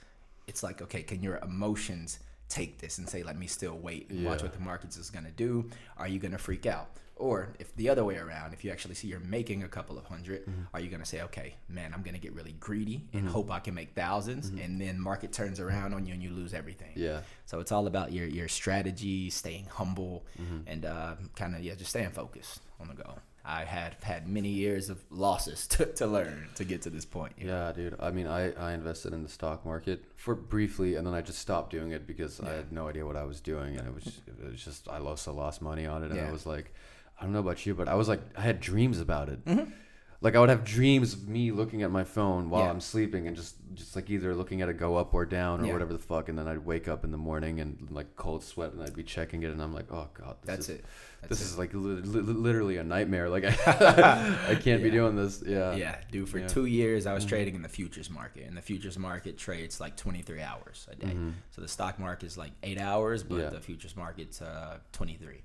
Speaker 2: it's like, okay, can your emotions take this and say, let me still wait and watch
Speaker 1: Yeah.
Speaker 2: what the markets is going to do? Are you going to freak out? Or if the other way around, if you actually see you're making a couple of 100
Speaker 1: Mhm.
Speaker 2: are you going to say, okay, man, I'm going to get really greedy and
Speaker 1: Mhm.
Speaker 2: hope I can make 1000s
Speaker 1: Mhm.
Speaker 2: and then market turns around on you and you lose everything.
Speaker 1: Yeah.
Speaker 2: So it's all about your your strategy, staying humble,
Speaker 1: Mhm.
Speaker 2: and uh, kind of yeah, just staying focused on the goal. I had had many years of losses *laughs* to, to learn to get to this point. you know?
Speaker 1: Yeah, dude. I mean, I, I invested in the stock market for briefly, and then I just stopped doing it because I
Speaker 2: Yeah.
Speaker 1: had no idea what I was doing, and it was it was just I also lost money on it, and I
Speaker 2: Yeah.
Speaker 1: was like, I don't know about you, but I was like, I had dreams about it. Like I would have dreams of me looking at my phone while
Speaker 2: Mm-hmm. Yeah.
Speaker 1: I'm sleeping, and just just like either looking at it go up or down or
Speaker 2: Yeah.
Speaker 1: whatever the fuck, and then I'd wake up in the morning and like cold sweat, and I'd be checking it, and I'm like, oh god, this
Speaker 2: That's
Speaker 1: is,
Speaker 2: it. That's
Speaker 1: This
Speaker 2: it.
Speaker 1: is like li- li- literally a nightmare. Like *laughs*
Speaker 2: *laughs*
Speaker 1: I can't be
Speaker 2: Yeah.
Speaker 1: doing this. Yeah.
Speaker 2: yeah, dude. For
Speaker 1: Yeah. Mm-hmm.
Speaker 2: two years, I was trading in the futures market, and the futures market trades like 23 hours a day. So the stock market is like eight hours, but
Speaker 1: Mm-hmm. Yeah. Mm-hmm.
Speaker 2: the futures market's uh, 23.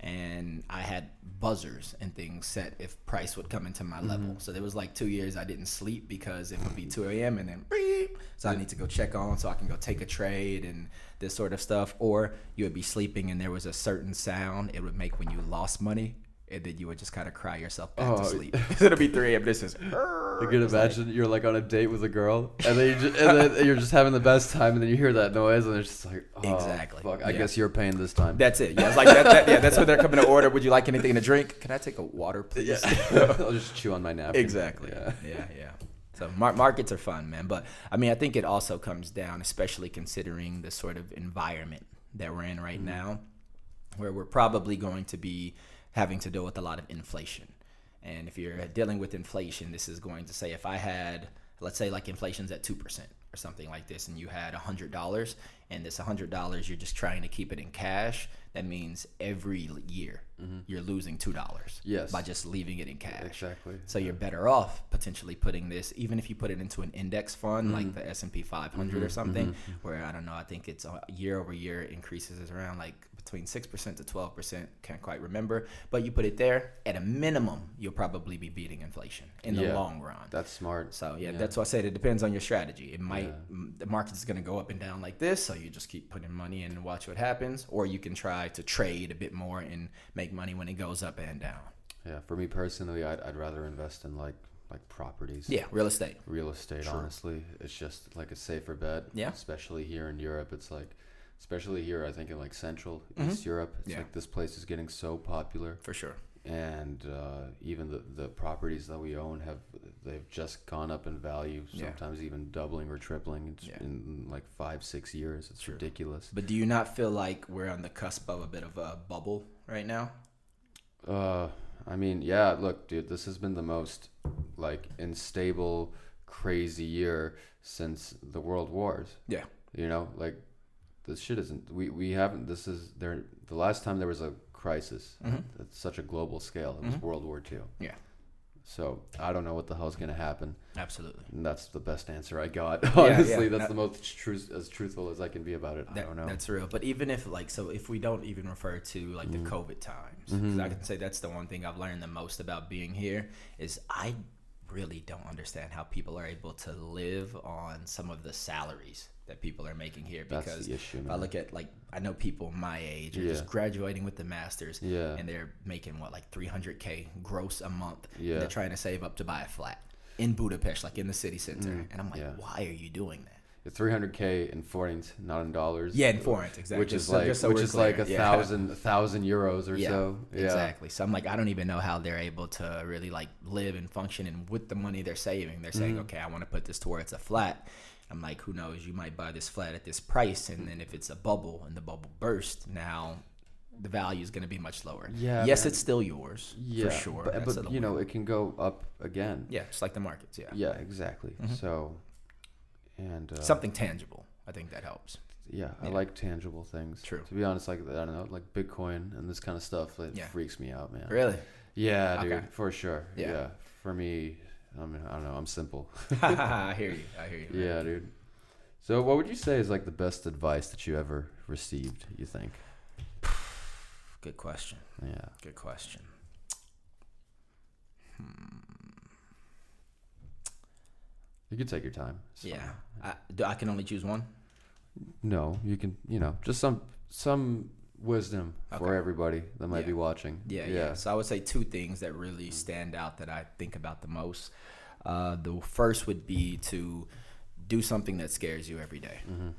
Speaker 2: And I had buzzers and things set if price would come into my
Speaker 1: Mm-hmm.
Speaker 2: level. So there was like two years I didn't sleep because it would be 2 a.m. and then beep. So I need to go check on so I can go take a trade and this sort of stuff. Or you would be sleeping and there was a certain sound it would make when you lost money. And then you would just kind of cry yourself back
Speaker 1: Oh.
Speaker 2: to sleep. 'Cause *laughs* It'll be 3 a.m. This is.
Speaker 1: You can imagine you're like on a date with a girl, and then, you ju- and then you're just having the best time, and then you hear that noise, and it's just like, oh,
Speaker 2: Exactly.
Speaker 1: Fuck, I
Speaker 2: Yeah.
Speaker 1: guess you're paying this time.
Speaker 2: That's it. Yeah, it's like that, that- yeah, that's when they're coming to order. Would you like anything to drink? Can I take a water, please?
Speaker 1: yeah. *laughs* I'll just chew on my napkin.
Speaker 2: Exactly.
Speaker 1: Yeah.
Speaker 2: Yeah, yeah. So mar- markets are fun, man. But I mean, I think it also comes down, especially considering the sort of environment that we're in right now, where we're probably going to be having to deal with a lot of inflation. And if you're dealing with inflation, this is going to say if I had, let's say, like inflation's at 2% or something like this, and you had $100, and this $100, you're just trying to keep it in cash, that means every year you're losing $2
Speaker 1: Yes.
Speaker 2: by just leaving it in cash.
Speaker 1: Exactly.
Speaker 2: So you're better off potentially putting this, even if you put it into an index fund like the S and P 500 or something, where I don't know, I think it's uh, year over year increases is around like between six percent to twelve percent. Can't quite remember, but you put it there at a minimum, you'll probably be beating inflation in the
Speaker 1: Yeah.
Speaker 2: long run.
Speaker 1: That's smart.
Speaker 2: So yeah, that's why I said it depends on your strategy. It might m the market's going to go up and down like this, so you just keep putting money in and watch what happens, or you can try to trade a bit more and make money when it goes up and down.
Speaker 1: Yeah. For me personally, I'd, I'd rather invest in like like properties.
Speaker 2: Yeah, real estate.
Speaker 1: Real estate,
Speaker 2: Sure.
Speaker 1: honestly, it's just like a safer bet.
Speaker 2: Yeah.
Speaker 1: Especially here in Europe, it's like, especially here, I think in like Central East Europe, it's
Speaker 2: Mm-hmm. Yeah.
Speaker 1: like this place is getting so popular.
Speaker 2: For sure.
Speaker 1: and uh, even the, the properties that we own have they've just gone up in value
Speaker 2: Yeah.
Speaker 1: sometimes even doubling or tripling in,
Speaker 2: Yeah.
Speaker 1: in like five six years it's
Speaker 2: Sure.
Speaker 1: ridiculous
Speaker 2: But do you not feel like we're on the cusp of a bit of a bubble right now?
Speaker 1: uh, i mean yeah look dude this has been the most like unstable crazy year since the world wars
Speaker 2: Yeah.
Speaker 1: you know like this shit isn't we, we haven't this is there the last time there was a crisis at such a global scale it was world war ii
Speaker 2: Mm-hmm. Yeah.
Speaker 1: so i don't know what the hell's gonna happen
Speaker 2: Absolutely.
Speaker 1: And that's the best answer I got. *laughs* Honestly,
Speaker 2: yeah,
Speaker 1: that's
Speaker 2: that-
Speaker 1: the most true, as truthful as I can be about it. I
Speaker 2: That-
Speaker 1: don't know.
Speaker 2: That's real. But even if like so if we don't even refer to like
Speaker 1: Mm-hmm.
Speaker 2: the COVID times, 'cause I can say that's the one thing I've learned the most about being here is I really don't understand how people are able to live on some of the salaries that people are making here
Speaker 1: That's
Speaker 2: because
Speaker 1: the issue,
Speaker 2: if I
Speaker 1: man.
Speaker 2: look at like I know people my age are
Speaker 1: Yeah.
Speaker 2: just graduating with the masters
Speaker 1: Yeah.
Speaker 2: and they're making what like 300k gross a month and
Speaker 1: Yeah.
Speaker 2: they're trying to save up to buy a flat in Budapest like in the city center and I'm like
Speaker 1: Mm. yeah.
Speaker 2: why are you doing that
Speaker 1: It's 300k in forints, not in dollars.
Speaker 2: yeah, in forints, exactly.
Speaker 1: Which
Speaker 2: Just
Speaker 1: is
Speaker 2: so-
Speaker 1: like
Speaker 2: just so
Speaker 1: which
Speaker 2: we're
Speaker 1: is
Speaker 2: clear.
Speaker 1: like a
Speaker 2: Yeah.
Speaker 1: thousand a thousand euros or
Speaker 2: Yeah,
Speaker 1: so. Yeah.
Speaker 2: exactly. So I'm like, I don't even know how they're able to really like live and function. And with the money they're saving, they're
Speaker 1: Mm.
Speaker 2: saying, okay, I want to put this towards a flat. I'm like, who knows? You might buy this flat at this price, and then if it's a bubble and the bubble bursts, now the value is going to be much lower.
Speaker 1: Yeah,
Speaker 2: Yes,
Speaker 1: man.
Speaker 2: it's still yours
Speaker 1: Yeah.
Speaker 2: for sure.
Speaker 1: But,
Speaker 2: That's
Speaker 1: but
Speaker 2: the
Speaker 1: you
Speaker 2: one.
Speaker 1: know, it can go up again.
Speaker 2: yeah, just like the markets. Yeah,
Speaker 1: Yeah. exactly. So, and uh,
Speaker 2: something tangible. I think that helps.
Speaker 1: yeah, I
Speaker 2: yeah.
Speaker 1: like tangible things.
Speaker 2: True.
Speaker 1: To be honest, like I don't know, like Bitcoin and this kind of stuff. It
Speaker 2: Yeah.
Speaker 1: freaks me out, man. *laughs*
Speaker 2: Really? *laughs*
Speaker 1: Yeah, dude,
Speaker 2: Okay.
Speaker 1: for sure. Yeah.
Speaker 2: Yeah.
Speaker 1: For me, I mean, I don't know. I'm simple.
Speaker 2: I hear you. I hear
Speaker 1: *laughs*
Speaker 2: you. man.
Speaker 1: Yeah, dude. So, what would you say is like the best advice that you ever received? You think?
Speaker 2: Good question.
Speaker 1: Yeah.
Speaker 2: Good question.
Speaker 1: You can take your time. It's
Speaker 2: Yeah,
Speaker 1: fine.
Speaker 2: I, do, I can only choose one.
Speaker 1: No, you can. You know, just some some wisdom for
Speaker 2: Okay.
Speaker 1: everybody that might
Speaker 2: Yeah.
Speaker 1: be watching.
Speaker 2: Yeah, yeah, So I would say two things that really stand out that I think about the most. Uh, the first would be to do something that scares you every day.
Speaker 1: Mm-hmm.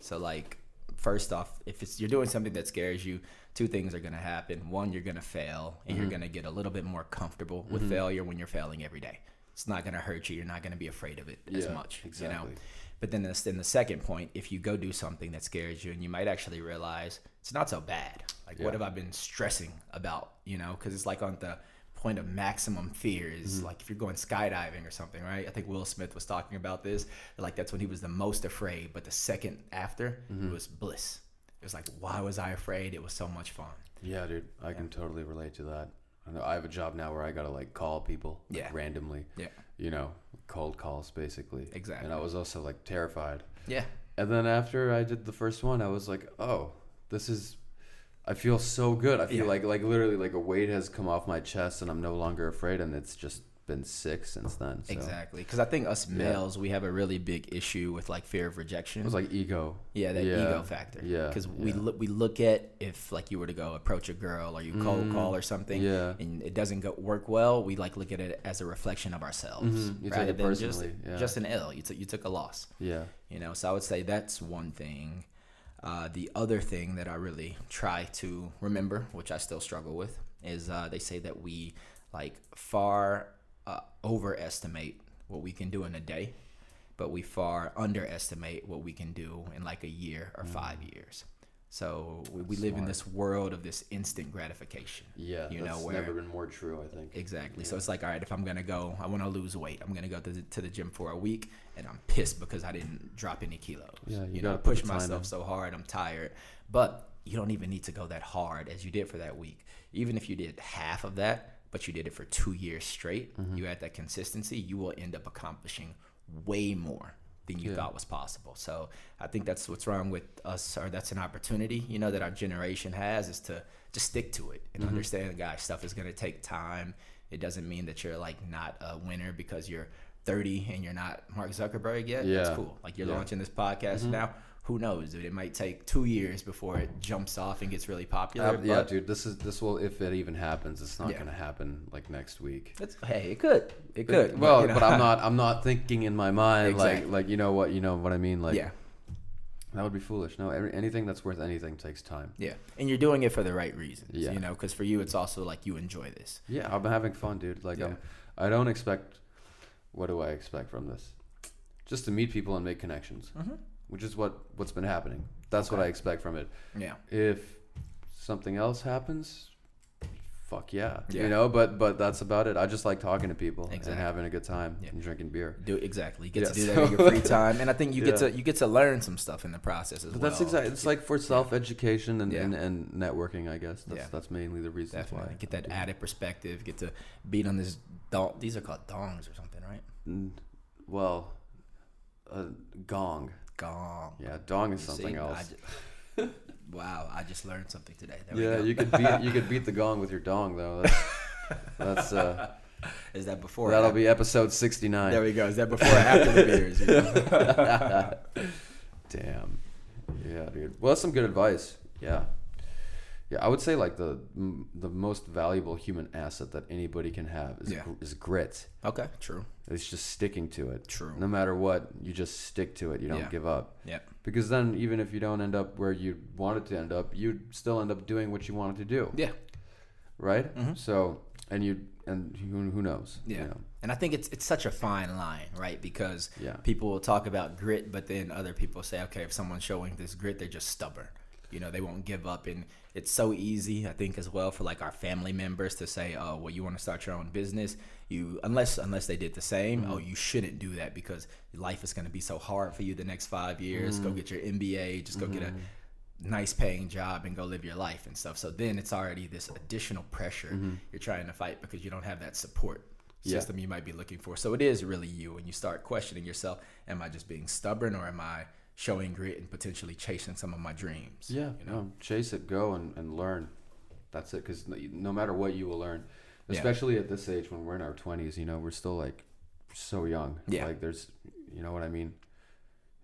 Speaker 2: So like, first off, if it's you're doing something that scares you, two things are gonna happen. One, you're gonna fail, and
Speaker 1: Mm-hmm.
Speaker 2: you're gonna get a little bit more comfortable with failure when you're failing every day. It's not gonna hurt you. You're not gonna be afraid of it as
Speaker 1: Yeah,
Speaker 2: much. You know.
Speaker 1: exactly.
Speaker 2: But then, this, then the second point, if you go do something that scares you, and you might actually realize it's not so bad. Like,
Speaker 1: Yeah.
Speaker 2: what have I been stressing about? You know, because it's like on the point of maximum fear is
Speaker 1: Mm-hmm.
Speaker 2: like if you're going skydiving or something, right? I think Will Smith was talking about this. Like, that's when he was the most afraid, but the second after
Speaker 1: Mm-hmm.
Speaker 2: it was bliss. It was like, why was I afraid? It was so much fun.
Speaker 1: Yeah, dude, I can totally relate to that. I know I have a job now where I gotta like call people like,
Speaker 2: Yeah.
Speaker 1: randomly.
Speaker 2: Yeah.
Speaker 1: You know, cold calls basically.
Speaker 2: Exactly.
Speaker 1: And I was also like terrified.
Speaker 2: Yeah.
Speaker 1: And then after I did the first one, I was like, oh, this is. I feel so good. I feel
Speaker 2: Yeah.
Speaker 1: like like literally like a weight has come off my chest, and I'm no longer afraid. And it's just been sick since then. So.
Speaker 2: Exactly. Because I think us males, we have a really big issue with like fear of rejection.
Speaker 1: It was like ego.
Speaker 2: Yeah, that
Speaker 1: Yeah.
Speaker 2: ego factor.
Speaker 1: Yeah,
Speaker 2: because we
Speaker 1: yeah.
Speaker 2: look we look at if like you were to go approach a girl or you cold call or something,
Speaker 1: Mm-hmm. yeah.
Speaker 2: and it doesn't go work well. We like look at it as a reflection of ourselves,
Speaker 1: Mhm, you take
Speaker 2: rather
Speaker 1: it
Speaker 2: than just
Speaker 1: personally, yeah.
Speaker 2: just an ill. You took you took a loss,
Speaker 1: Yeah.
Speaker 2: you know. So I would say that's one thing. Uh, the other thing that I really try to remember, which I still struggle with, is uh, they say that we like far uh, overestimate what we can do in a day but we far underestimate what we can do in like a year or five years. So we, we live in this world of this instant gratification.
Speaker 1: Yeah.
Speaker 2: You know,
Speaker 1: that's
Speaker 2: where-
Speaker 1: never been more true. I think.
Speaker 2: Exactly. So it's like, all right, if I'm gonna go, I want to lose weight. I'm gonna go to the, to the gym for a week, and I'm pissed because I didn't drop any kilos.
Speaker 1: Yeah, you
Speaker 2: you know, I
Speaker 1: gotta put
Speaker 2: push
Speaker 1: the time
Speaker 2: myself
Speaker 1: in.
Speaker 2: so hard. I'm tired, but you don't even need to go that hard as you did for that week. Even if you did half of that, but you did it for two years straight, you had that consistency. You will end up accomplishing way more than you
Speaker 1: Yeah.
Speaker 2: thought was possible. So I think that's what's wrong with us, or that's an opportunity, you know, that our generation has is to just stick to it and understand, guys, stuff is gonna take time. It doesn't mean that you're like not a winner because you're 30 and you're not Mark Zuckerberg yet.
Speaker 1: Yeah.
Speaker 2: That's cool. Like you're
Speaker 1: Yeah. Mm-hmm.
Speaker 2: launching this podcast now. Who knows, dude? It might take two years before it jumps off and gets really popular.
Speaker 1: Ab- yeah,
Speaker 2: but
Speaker 1: dude. This is this will if it even happens. It's not
Speaker 2: Yeah.
Speaker 1: gonna happen like next week.
Speaker 2: it's, hey, it could. It could.
Speaker 1: well,
Speaker 2: you know.
Speaker 1: but I'm
Speaker 2: *laughs*
Speaker 1: not. I'm not thinking in my mind
Speaker 2: Exactly.
Speaker 1: like like you know what you know what I mean. Like
Speaker 2: yeah.
Speaker 1: that would be foolish. No, every, anything that's worth anything takes time.
Speaker 2: Yeah. And you're doing it for the right reasons.
Speaker 1: Yeah.
Speaker 2: You know, because for you, it's also like you enjoy this.
Speaker 1: Yeah, I'm having fun, dude. Like
Speaker 2: Yeah.
Speaker 1: I'm- I don't expect. What do I expect from this? Just to meet people and make connections,
Speaker 2: Mm-hmm.
Speaker 1: which is what what's been happening. That's what I expect from it.
Speaker 2: Yeah.
Speaker 1: If something else happens, fuck yeah,
Speaker 2: Yeah.
Speaker 1: you know. But but that's about it. I just like talking to people and
Speaker 2: Exactly.
Speaker 1: having a good time
Speaker 2: Yeah.
Speaker 1: and drinking beer.
Speaker 2: Do exactly. You get to
Speaker 1: Yeah,
Speaker 2: do that in
Speaker 1: so- *laughs*
Speaker 2: your free time, and I think you get
Speaker 1: Yeah.
Speaker 2: to you get to learn some stuff in the process as
Speaker 1: But
Speaker 2: well.
Speaker 1: that's exactly. It's like for self education and,
Speaker 2: Yeah.
Speaker 1: and, and networking, I guess. That's
Speaker 2: Yeah.
Speaker 1: that's mainly the reason
Speaker 2: Definitely
Speaker 1: why.
Speaker 2: get that added perspective. Get to beat on this dong. These are called dongs or something, right?
Speaker 1: N- Well, a gong.
Speaker 2: Gong.
Speaker 1: Yeah, dong is
Speaker 2: You
Speaker 1: something
Speaker 2: see?
Speaker 1: else.
Speaker 2: I ju- *laughs* wow, I just learned something today. There we
Speaker 1: yeah,
Speaker 2: go.
Speaker 1: you could beat you could beat the gong with your dong though. That's, that's uh,
Speaker 2: Is that before? *laughs* or
Speaker 1: that'll
Speaker 2: after?
Speaker 1: be episode sixty nine.
Speaker 2: There we go. Is that before or after the beers? you *laughs* know?
Speaker 1: *laughs* Damn. Yeah, dude. Well, that's some good advice. Yeah. Yeah, I would say like the m- the most valuable human asset that anybody can have is
Speaker 2: Yeah.
Speaker 1: gr- is grit.
Speaker 2: Okay. True.
Speaker 1: It's just sticking to it.
Speaker 2: True.
Speaker 1: No matter what, you just stick to it. You don't
Speaker 2: Yeah.
Speaker 1: give up.
Speaker 2: Yeah.
Speaker 1: Because then, even if you don't end up where you wanted to end up, you still end up doing what you wanted to do,
Speaker 2: Yeah.
Speaker 1: right? So, and you and who, who knows? you
Speaker 2: Mm-hmm. Yeah.
Speaker 1: know?
Speaker 2: And I think it's it's such a fine line, right? Because
Speaker 1: Yeah.
Speaker 2: people will talk about grit, but then other people say, okay, if someone's showing this grit, they're just stubborn. You know, they won't give up. And it's so easy, I think, as well for like our family members to say, oh, well, you want to start your own business, you unless unless they did the same, oh, you shouldn't do that because life is going to be so hard for you the next five years. Go get your MBA, just go get a nice paying job and go live your life and stuff. So then it's already this additional pressure you're trying to fight because you don't have that support
Speaker 1: Mm-hmm. Yeah.
Speaker 2: system you might be looking for. So it is really you when you start questioning yourself, am I just being stubborn or am I showing grit and potentially chasing some of my dreams?
Speaker 1: Yeah, no, chase it, go and, and learn. That's it, because no matter what, you will learn.
Speaker 2: Yeah.
Speaker 1: Especially at this age when we're in our twenties, you know, we're still like so young.
Speaker 2: Yeah.
Speaker 1: like there's, you know what I mean.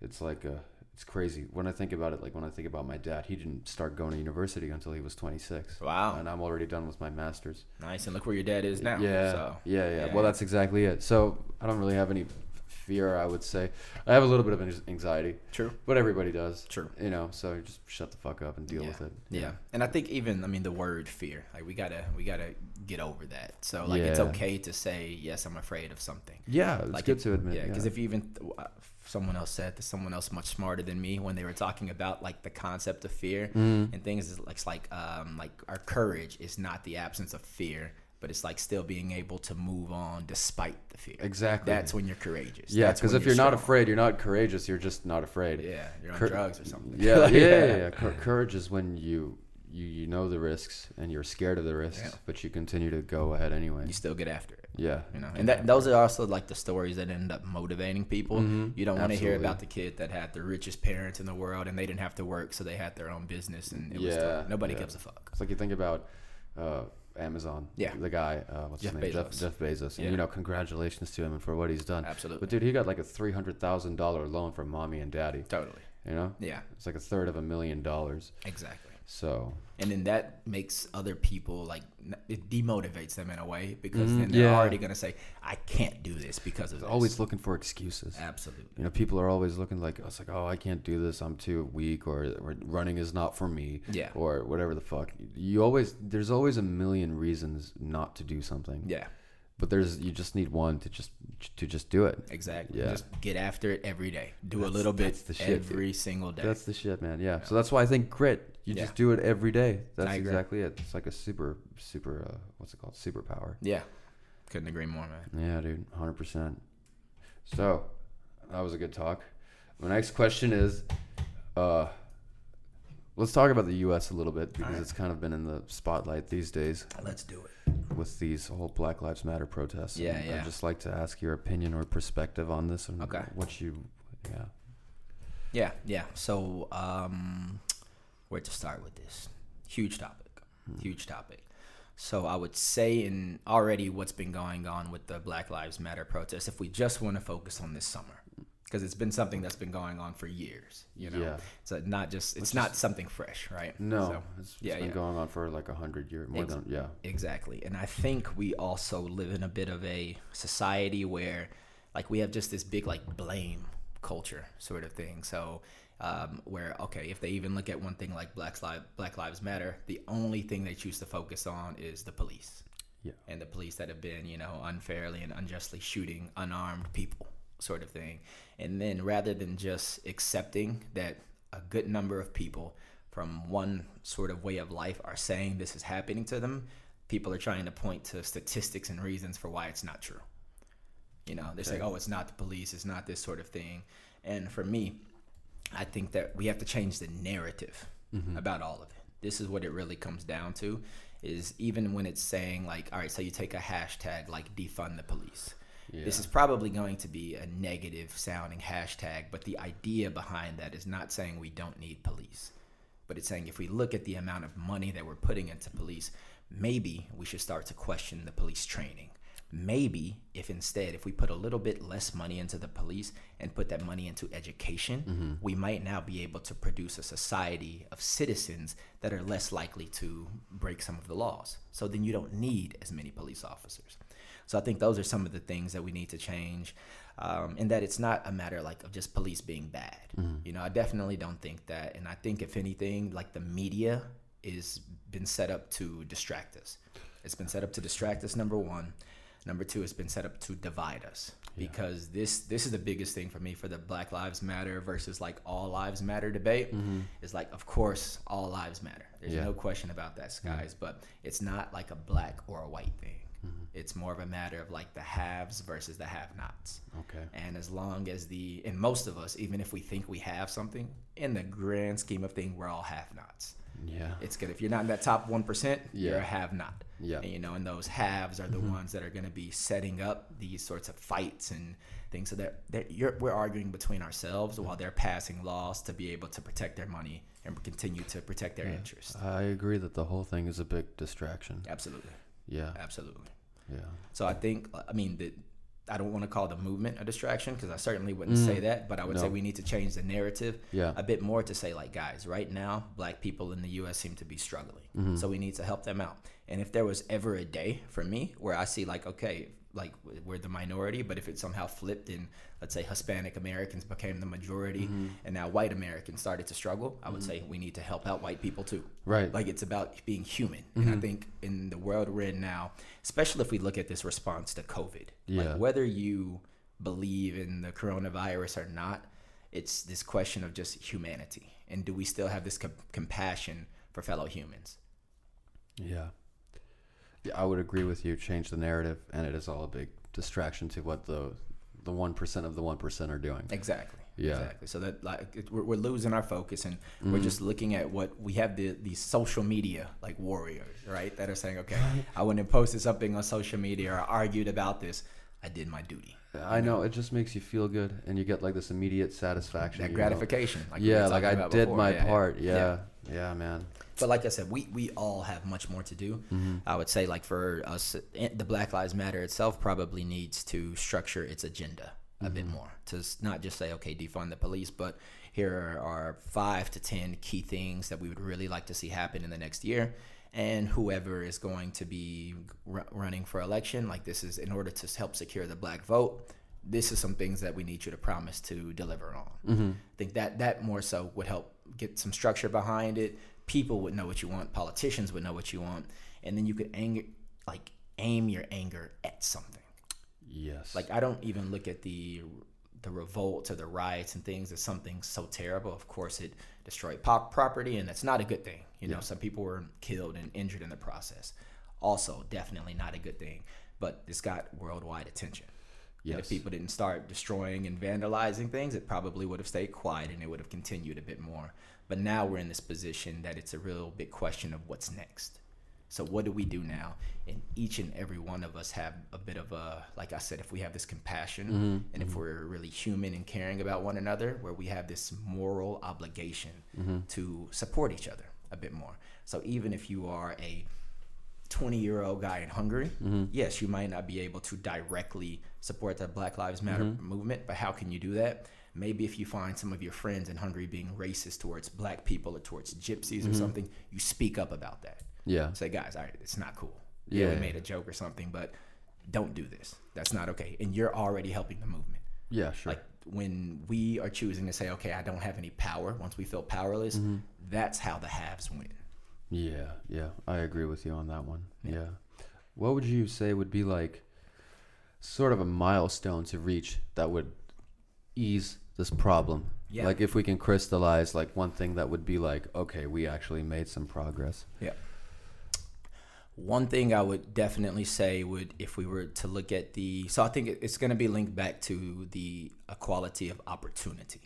Speaker 1: It's like a, It's crazy when I think about it. Like when I think about my dad, he didn't start going to university until he was 26.
Speaker 2: Wow.
Speaker 1: And I'm already done with my master's.
Speaker 2: Nice. And look where your dad is Oh. now.
Speaker 1: Yeah,
Speaker 2: So.
Speaker 1: yeah, yeah.
Speaker 2: yeah.
Speaker 1: Well, that's exactly it. So I don't really have any fear. I would say I have a little bit of an- anxiety,
Speaker 2: True.
Speaker 1: but everybody does.
Speaker 2: True.
Speaker 1: You know, so you just shut the fuck up and deal with it.
Speaker 2: Yeah. And I think even I mean the word fear, like we gotta we gotta get over that. So like it's
Speaker 1: Yeah.
Speaker 2: okay to say yes, I'm afraid of something.
Speaker 1: Yeah, it's
Speaker 2: Like
Speaker 1: good
Speaker 2: if-
Speaker 1: to admit.
Speaker 2: Yeah,
Speaker 1: yeah.
Speaker 2: because if you even uh, someone else said to someone else much smarter than me when they were talking about like the concept of fear
Speaker 1: Mm.
Speaker 2: and things is like it's like um like our courage is not the absence of fear, but it's like still being able to move on despite the fear.
Speaker 1: exactly.
Speaker 2: That's when you're courageous.
Speaker 1: yeah,
Speaker 2: That's
Speaker 1: because
Speaker 2: when
Speaker 1: if you're not
Speaker 2: strong.
Speaker 1: afraid, you're not courageous. You're just not afraid.
Speaker 2: yeah, you're on
Speaker 1: Cour-
Speaker 2: drugs or something. *laughs*
Speaker 1: Yeah,
Speaker 2: Like,
Speaker 1: yeah, yeah, yeah. Cour- courage is when you you you know the risks and you're scared of the risks,
Speaker 2: Yeah.
Speaker 1: but you continue to go ahead anyway.
Speaker 2: You still get after it.
Speaker 1: Yeah,
Speaker 2: you know and that those are also like the stories that end up motivating people
Speaker 1: Mhm.
Speaker 2: you don't want to hear
Speaker 1: Absolutely.
Speaker 2: about the kid that had the richest parents in the world and they didn't have to work so they had their own business and it was
Speaker 1: Yeah,
Speaker 2: nobody
Speaker 1: yeah.
Speaker 2: gives a fuck
Speaker 1: It's like you think about uh, Amazon.
Speaker 2: Yeah.
Speaker 1: The guy, uh, what's
Speaker 2: Jeff
Speaker 1: his name?
Speaker 2: Bezos.
Speaker 1: Jeff, Jeff Bezos. And
Speaker 2: Yeah.
Speaker 1: you know, congratulations to him and for what he's done.
Speaker 2: absolutely
Speaker 1: But dude, he got like a three hundred thousand dollar loan from mommy and daddy.
Speaker 2: totally
Speaker 1: You know,
Speaker 2: yeah
Speaker 1: it's like a third of a million dollars.
Speaker 2: exactly
Speaker 1: So
Speaker 2: and then that makes other people like n- it demotivates them in a way because
Speaker 1: Mm,
Speaker 2: then they're
Speaker 1: yeah.
Speaker 2: already going to say i can't do this because of
Speaker 1: he's
Speaker 2: this.
Speaker 1: always looking for excuses.
Speaker 2: absolutely
Speaker 1: You know, people are always looking like, it's like, oh, I can't do this. I'm too weak, or, or running is not for me,
Speaker 2: yeah
Speaker 1: or whatever the fuck. You always, there's always a million reasons not to do something.
Speaker 2: yeah
Speaker 1: But there's, you just need one to just, to just do it.
Speaker 2: exactly
Speaker 1: Yeah.
Speaker 2: just get after it every day do a
Speaker 1: That's-
Speaker 2: little bit
Speaker 1: that's the shit, dude.
Speaker 2: every single day
Speaker 1: That's the shit, man. Yeah. So that's why I think grit. You
Speaker 2: Yeah.
Speaker 1: just do it every day. That's
Speaker 2: I agree.
Speaker 1: exactly it. It's like a super, super, uh, what's it called? Superpower.
Speaker 2: yeah couldn't agree more man
Speaker 1: Yeah, dude, hundred percent. So, that was a good talk. My next question is, uh, let's talk about the U.S. a little bit because
Speaker 2: Alright.
Speaker 1: it's kind of been in the spotlight these days
Speaker 2: let's do it
Speaker 1: with these whole Black Lives Matter protests.
Speaker 2: Yeah,
Speaker 1: And
Speaker 2: yeah.
Speaker 1: I'd just like to ask your opinion or perspective on this and
Speaker 2: Okay.
Speaker 1: what you, yeah.
Speaker 2: Yeah, yeah. So, um, where to start with this? Huge topic.
Speaker 1: Hmm.
Speaker 2: Huge topic. So, I would say, in already what's been going on with the Black Lives Matter protests, if we just want to focus on this summer, because it's been something that's been going on for years, you know?
Speaker 1: Yeah.
Speaker 2: So, not just, it's not something fresh, right?
Speaker 1: No,
Speaker 2: So-
Speaker 1: it's, it's
Speaker 2: yeah,
Speaker 1: been
Speaker 2: yeah.
Speaker 1: going on for like a hundred years, more
Speaker 2: Ex-
Speaker 1: than yeah.
Speaker 2: Exactly. And I think we also live in a bit of a society where like we have just this big like blame culture sort of thing. So um, where okay, if they even look at one thing like Black Lives Black Lives Matter, the only thing they choose to focus on is the police.
Speaker 1: Yeah.
Speaker 2: And the police that have been, you know, unfairly and unjustly shooting unarmed people sort of thing. And then rather than just accepting that a good number of people from one sort of way of life are saying this is happening to them, people are trying to point to statistics and reasons for why it's not true. You know, they say, oh, it's not the police, it's not this sort of thing. And for me, I think that we have to change the narrative about all of it. This is what it really comes down to is even when it's saying like, all right, so you take a hashtag like defund the police. This is probably going to be a negative sounding hashtag, but the idea behind that is not saying we don't need police, but it's saying if we look at the amount of money that we're putting into police, maybe we should start to question the police training. Maybe if instead, if we put a little bit less money into the police and put that money into education, we might now be able to produce a society of citizens that are less likely to break some of the laws. So then you don't need as many police officers. So I think those are some of the things that we need to change, um, and that it's not a matter like of just police being bad. You know, I definitely don't think that, and I think if anything, like the media is been set up to distract us. It's been set up to distract us. Number one, number two, it's been set up to divide us because this this is the biggest thing for me for the Black Lives Matter versus like all lives matter debate. Is like, of course, all lives matter. There's
Speaker 1: Mm-hmm. Yeah.
Speaker 2: no question about that, guys. But it's not like a black or a white thing.
Speaker 1: Mm-hmm.
Speaker 2: It's more of a matter of like the haves versus the have-nots.
Speaker 1: Okay.
Speaker 2: And as long as the and most of us, even if we think we have something, in the grand scheme of things, we're all have-nots.
Speaker 1: Yeah.
Speaker 2: It's good if you're not in that top one percent, you're
Speaker 1: Yeah.
Speaker 2: a have-not.
Speaker 1: Yeah.
Speaker 2: And, you know, and those haves are the ones that are going to be setting up these sorts of fights and things, so that that you're, we're arguing between ourselves while they're passing laws to be able to protect their money and continue to protect their interests.
Speaker 1: I agree that the whole thing is a big distraction.
Speaker 2: Absolutely,
Speaker 1: Yeah.
Speaker 2: absolutely.
Speaker 1: Yeah.
Speaker 2: So I think I mean the I don't want to call the movement a distraction because I certainly wouldn't
Speaker 1: Mm.
Speaker 2: say that, but I would
Speaker 1: No.
Speaker 2: say we need to change the narrative
Speaker 1: Yeah.
Speaker 2: a bit more to say like, guys, right now, black people in the U.S. seem to be struggling,
Speaker 1: Mm-hmm.
Speaker 2: so we need to help them out. And if there was ever a day for me where I see like, okay, like we're the minority, but if it somehow flipped and let's say Hispanic Americans became the majority,
Speaker 1: Mm-hmm.
Speaker 2: and now white Americans started to struggle, I would say we need to help out white people too.
Speaker 1: Right.
Speaker 2: Like it's about being human. And
Speaker 1: Mm-hmm.
Speaker 2: I think in the world we're in now, especially if we look at this response to COVID,
Speaker 1: Yeah.
Speaker 2: like whether you believe in the coronavirus or not, it's this question of just humanity. And do we still have this com- compassion for fellow humans?
Speaker 1: Yeah. Yeah, I would agree with you. Change the narrative, and it is all a big distraction to what the the one percent of the one percent are doing.
Speaker 2: Exactly.
Speaker 1: Yeah. Mm-hmm.
Speaker 2: Exactly. So that like it, we're, we're losing our focus and we're just looking at what we have the these social media like warriors, right? That are saying, okay, I went and posted something on social media or I argued about this. I did my duty.
Speaker 1: I know it just makes you feel good, and you get like this immediate satisfaction.
Speaker 2: That
Speaker 1: you know.
Speaker 2: gratification. we were
Speaker 1: Yeah, like
Speaker 2: talking
Speaker 1: I
Speaker 2: about
Speaker 1: did
Speaker 2: before.
Speaker 1: my
Speaker 2: Yeah, yeah.
Speaker 1: part. Yeah. yeah, man.
Speaker 2: But like I said, we, we all have much more to do.
Speaker 1: Mm-hmm.
Speaker 2: I would say, like for us, eh, the Black Lives Matter itself probably needs to structure its agenda a bit
Speaker 1: Mm-hmm.
Speaker 2: more to s- not just say, okay, defund the police, but here are five to 10 key things that we would really like to see happen in the next year. And whoever is going to be r- running for election, like this is in order to s- help secure the black vote. This is some things that we need you to promise to deliver on. I think that that more so would help get some structure behind it. People would know what you want. Politicians would know what you want, and then you could anger, like aim your anger at something.
Speaker 1: Yes.
Speaker 2: Like I don't even look at the the revolts or the riots and things as something so terrible. Of course, it destroyed pop property, and that's not a good thing. You know, some people were killed and injured in the process. Also, definitely not a good thing. But this got worldwide attention. And
Speaker 1: Yes.
Speaker 2: if people didn't start destroying and vandalizing things, it probably would have stayed quiet and it would have continued a bit more. But now we're in this position that it's a real big question of what's next. So what do we do now? And each and every one of us have a bit of a, like I said, if we have this compassion and if we're really human and caring about one another, where we have this moral obligation to support each other a bit more. So even if you are a 20 year old guy in Hungary, yes, you might not be able to directly support the Black Lives Matter movement, but how can you do that? Maybe if you find some of your friends in Hungary being racist towards black people or towards gypsies or something, you speak up about that.
Speaker 1: yeah.
Speaker 2: Say, guys, all right, it's not cool. Yeah,
Speaker 1: Yeah.
Speaker 2: we made a joke or something, but don't do this. That's not okay. And you're already helping the movement
Speaker 1: Yeah. Sure.
Speaker 2: like when we are choosing to say okay i don't have any power once we feel powerless that's how the halves win
Speaker 1: Yeah, yeah, I agree with you on that one. Yeah. What would you say would be like sort of a milestone to reach that would ease this problem?
Speaker 2: Yeah.
Speaker 1: Like if we can crystallize like one thing that would be like, okay, we actually made some progress.
Speaker 2: yeah one thing i would definitely say would if we were to look at the so i think it- it's going to be linked back to the equality of opportunity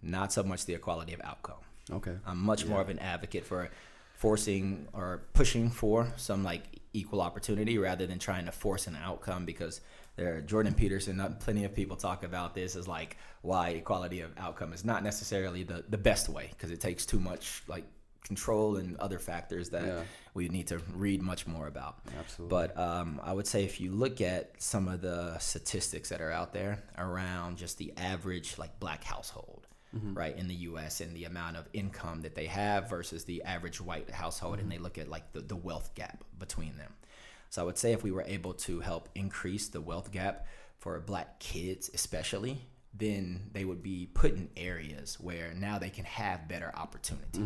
Speaker 2: not so much the equality of outcome
Speaker 1: Okay.
Speaker 2: I'm much more of an advocate for forcing or pushing for some like equal opportunity rather than trying to force an outcome because there Jordan Peterson uh, plenty of people talk about this is like why equality of outcome is not necessarily the the best way because it takes too much like control and other factors that
Speaker 1: Yeah.
Speaker 2: we need to read much more about.
Speaker 1: Absolutely.
Speaker 2: But um, I would say if you look at some of the statistics that are out there around just the average like black household, right in the U.S. and the amount of income that they have versus the average white household, and they look at like the, the wealth gap between them. So I would say if we were able to help increase the wealth gap for black kids, especially, then they would be put in areas where now they can have better opportunity.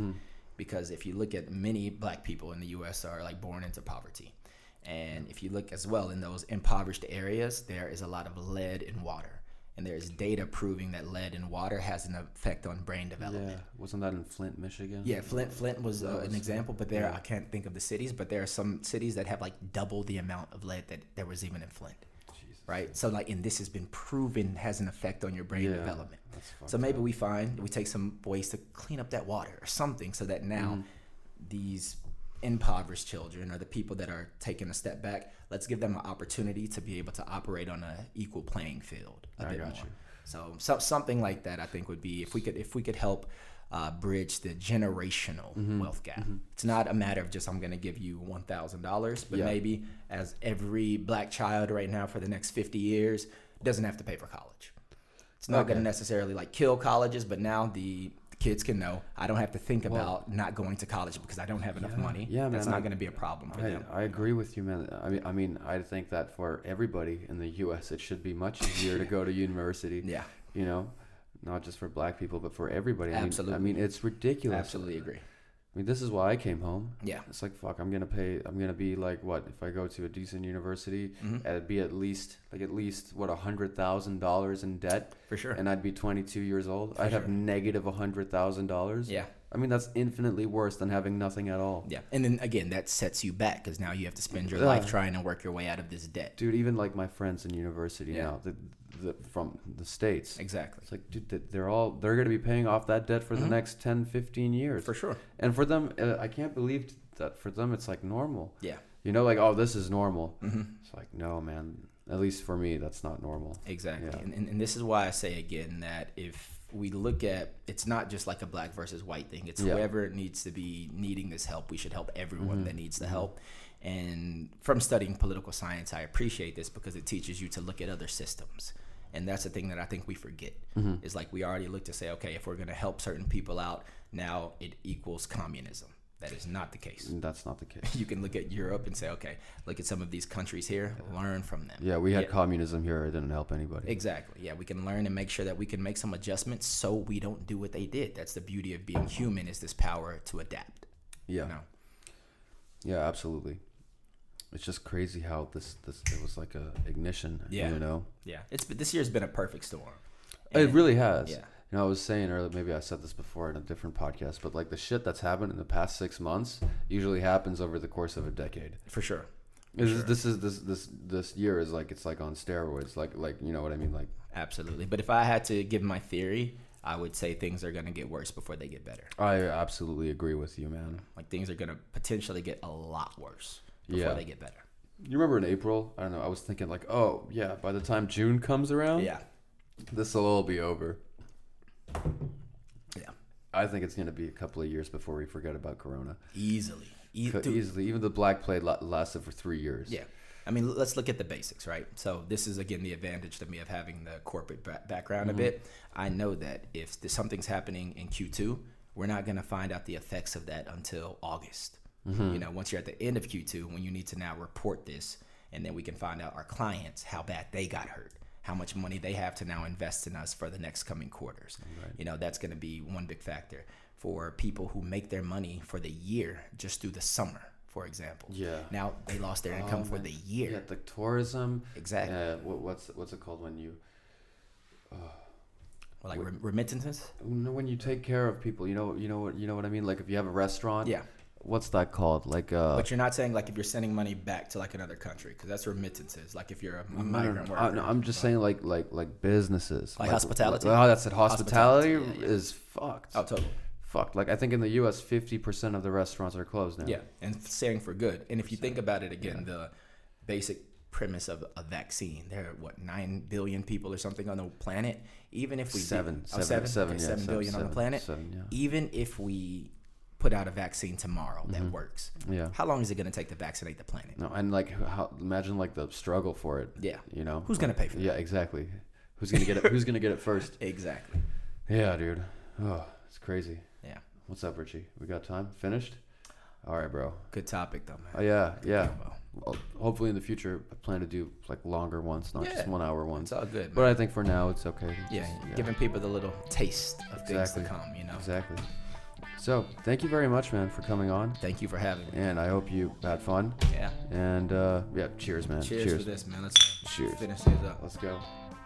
Speaker 2: Because if you look at many black people in the US are like born into poverty. And if you look as well in those impoverished areas, there is a lot of lead in water. And there is data proving that lead in water has an effect on brain development.
Speaker 1: yeah. Wasn't that in Flint, Michigan?
Speaker 2: Yeah, Flint. Flint was uh,
Speaker 1: was-
Speaker 2: an example, but there I can't think of the cities, but there are some cities that have like double the amount of lead that there was even in Flint. Right. So like, and this has been proven has an effect on your brain
Speaker 1: Yeah,
Speaker 2: development.
Speaker 1: that's
Speaker 2: So maybe we find we take some ways to clean up that water or something, so that now
Speaker 1: Mm-hmm.
Speaker 2: these impoverished children or the people that are taking a step back, let's give them an opportunity to be able to operate on an equal playing field a
Speaker 1: I
Speaker 2: bit
Speaker 1: got
Speaker 2: more.
Speaker 1: you.
Speaker 2: So, so something like that, I think would be if we could if we could help uh, bridge the generational
Speaker 1: Mhm.
Speaker 2: wealth gap.
Speaker 1: Mhm.
Speaker 2: It's not a matter of just I'm going to give you one thousand dollars, but
Speaker 1: Yeah.
Speaker 2: maybe as every black child right now for the next fifty years doesn't have to pay for college. It's not going to
Speaker 1: Okay.
Speaker 2: necessarily like kill colleges, but now the kids can know I don't have to think
Speaker 1: Well-
Speaker 2: about not going to college because I don't have enough
Speaker 1: Yeah.
Speaker 2: money.
Speaker 1: Yeah,
Speaker 2: that's
Speaker 1: man,
Speaker 2: not
Speaker 1: I-
Speaker 2: going to be a problem for
Speaker 1: I,
Speaker 2: them.
Speaker 1: I agree with you, man. I mean, I mean, I think that for everybody in the U.S., it should be much easier to go to university.
Speaker 2: Yeah,
Speaker 1: You know, not just for black people, but for everybody. I mean- I
Speaker 2: Absolutely.
Speaker 1: mean, it's ridiculous.
Speaker 2: absolutely agree.
Speaker 1: I mean, this is why I came home.
Speaker 2: Yeah.
Speaker 1: It's like fuck. I'm gonna pay. I'm gonna be like what if I go to a decent university?
Speaker 2: Mhm.
Speaker 1: I'd be at least like at least what a hundred thousand dollars in debt,
Speaker 2: For sure.
Speaker 1: and I'd be 22 years old. I'd have
Speaker 2: sure.
Speaker 1: negative a hundred thousand dollars.
Speaker 2: yeah.
Speaker 1: I mean, that's infinitely worse than having nothing at all.
Speaker 2: Yeah. And then again, that sets you back because now you have to spend your
Speaker 1: Yeah.
Speaker 2: life trying to work your way out of this debt.
Speaker 1: Dude, even like my friends in university
Speaker 2: Yeah.
Speaker 1: now, the, the from the states.
Speaker 2: Exactly.
Speaker 1: It's like, dude, that- they're all they're gonna be paying off that debt for the
Speaker 2: Mhm.
Speaker 1: next 10, 15 years.
Speaker 2: For sure.
Speaker 1: and for them, uh, I can't believe that for them it's like normal.
Speaker 2: Yeah.
Speaker 1: You know, like oh, this is normal.
Speaker 2: hmm
Speaker 1: It's like, no, man. At least for me, that's not normal.
Speaker 2: Exactly.
Speaker 1: Yeah.
Speaker 2: And, and, and this is why I say again that if we look at it's not just like a black versus white thing, it's
Speaker 1: Yeah.
Speaker 2: whoever needs to be needing this help. We should help everyone
Speaker 1: Mhm.
Speaker 2: that needs the help. And from studying political science, I appreciate this because it teaches you to look at other systems. And that's the thing that I think we forget
Speaker 1: Mm-hmm.
Speaker 2: is like we already look to say, okay, if we're going to help certain people out, now it equals communism. That is not the case.
Speaker 1: And that's not the case.
Speaker 2: *laughs* you can look at Europe and say, okay, look at some of these countries here, learn from them.
Speaker 1: Yeah, we had
Speaker 2: Yeah.
Speaker 1: communism here. It didn't help anybody.
Speaker 2: Exactly. Yeah, we can learn and make sure that we can make some adjustments so we don't do what they did. That's the beauty of being human is this power to adapt.
Speaker 1: yeah.
Speaker 2: No.
Speaker 1: Yeah, absolutely. It's just crazy how this this it was like a ignition.
Speaker 2: Yeah.
Speaker 1: You know,
Speaker 2: Yeah. It's been- this year's been a perfect storm.
Speaker 1: it really has.
Speaker 2: Yeah.
Speaker 1: You know, I was saying earlier, maybe I said this before in a different podcast, but like the shit that's happened in the past six months usually happens over the course of a decade.
Speaker 2: For sure.
Speaker 1: This is this is this this this year is like it's like on steroids. Like like you know what I mean? Like
Speaker 2: Absolutely. But if I had to give my theory, I would say things are going to get worse before they get better.
Speaker 1: I absolutely agree with you, man.
Speaker 2: Like things are going to potentially get a lot worse before
Speaker 1: Yeah.
Speaker 2: they get better.
Speaker 1: You remember in April? I don't know. I was thinking like, oh yeah, by the time June comes around,
Speaker 2: Yeah.
Speaker 1: this will all be over.
Speaker 2: Yeah.
Speaker 1: I think it's gonna be a couple of years before we forget about Corona.
Speaker 2: Easily. E-
Speaker 1: Could
Speaker 2: dude,
Speaker 1: easily, even the Black Plague la- lasted for three years.
Speaker 2: Yeah. I mean, l- let's look at the basics, right? So this is again the advantage to me of having the corporate ba- background
Speaker 1: Mm-hmm.
Speaker 2: a bit. I know that if th- something's happening in Q2, we're not going to find out the effects of that until August.
Speaker 1: Mm-hmm.
Speaker 2: You know, once you're at the end of Q2, when you need to now report this, and then we can find out our clients how bad they got hurt, how much money they have to now invest in us for the next coming quarters. You know, that's going to be one big factor for people who make their money for the year just through the summer, for example.
Speaker 1: Yeah.
Speaker 2: Now they lost their income for the year.
Speaker 1: Oh, Yeah, the tourism.
Speaker 2: Exactly.
Speaker 1: Uh, what, what's what's it called when you
Speaker 2: Or like rem- remittances.
Speaker 1: when you take care of people? You know you know what you know what I mean. Like if you have a restaurant.
Speaker 2: Yeah.
Speaker 1: What's that called? Like uh.
Speaker 2: But you're not saying like if you're sending money back to like another country because that's remittances. Like if you're a,
Speaker 1: No,
Speaker 2: a
Speaker 1: no,
Speaker 2: migrant
Speaker 1: no,
Speaker 2: worker.
Speaker 1: I, Uh, no, I'm just saying, like, like, like businesses,
Speaker 2: Like hospitality?
Speaker 1: Oh, that's it. Hospitality,
Speaker 2: Hospitality, yeah, yeah.
Speaker 1: is fucked.
Speaker 2: oh, totally.
Speaker 1: Fucked. Like, I think in the U.S., fifty percent of the restaurants are closed now.
Speaker 2: Yeah, and saying for good. And if you think about it again, the basic premise of a vaccine. There are what nine billion people or something on the planet. Even if we did-
Speaker 1: Seven,
Speaker 2: oh,
Speaker 1: seven, seven, yeah,
Speaker 2: seven, okay, seven
Speaker 1: seven,
Speaker 2: billion on
Speaker 1: seven,
Speaker 2: the planet.
Speaker 1: seven, yeah.
Speaker 2: Even if we put out a vaccine tomorrow
Speaker 1: Mm-hmm.
Speaker 2: that works,
Speaker 1: Yeah.
Speaker 2: how long is it going to take to vaccinate the planet?
Speaker 1: No, and like, how, imagine like the struggle for it.
Speaker 2: Yeah.
Speaker 1: You know.
Speaker 2: Who's going to pay for that?
Speaker 1: Yeah, exactly. Who's gonna get it? Who's gonna get it
Speaker 2: *laughs*
Speaker 1: first?
Speaker 2: Exactly.
Speaker 1: Yeah, dude. Oh, it's crazy.
Speaker 2: Yeah.
Speaker 1: What's up, Richie? We got time? Finished? All right, bro.
Speaker 2: Good topic though, man.
Speaker 1: Oh yeah, yeah.
Speaker 2: combo.
Speaker 1: Well, hopefully in the future, I plan to do like longer ones, not just
Speaker 2: Yeah.
Speaker 1: one hour ones.
Speaker 2: It's all good.
Speaker 1: But I think for now it's okay.
Speaker 2: yeah,
Speaker 1: Just-
Speaker 2: giving people the little taste of things to
Speaker 1: Exactly.
Speaker 2: come, you know.
Speaker 1: exactly. So thank you very much, man, for coming on,
Speaker 2: Thank you for having me.
Speaker 1: and I hope you had fun.
Speaker 2: Yeah.
Speaker 1: And uh, yeah, cheers, man.
Speaker 2: Cheers, for this, man. Let's
Speaker 1: Cheers.
Speaker 2: finish these up.
Speaker 1: Let's go.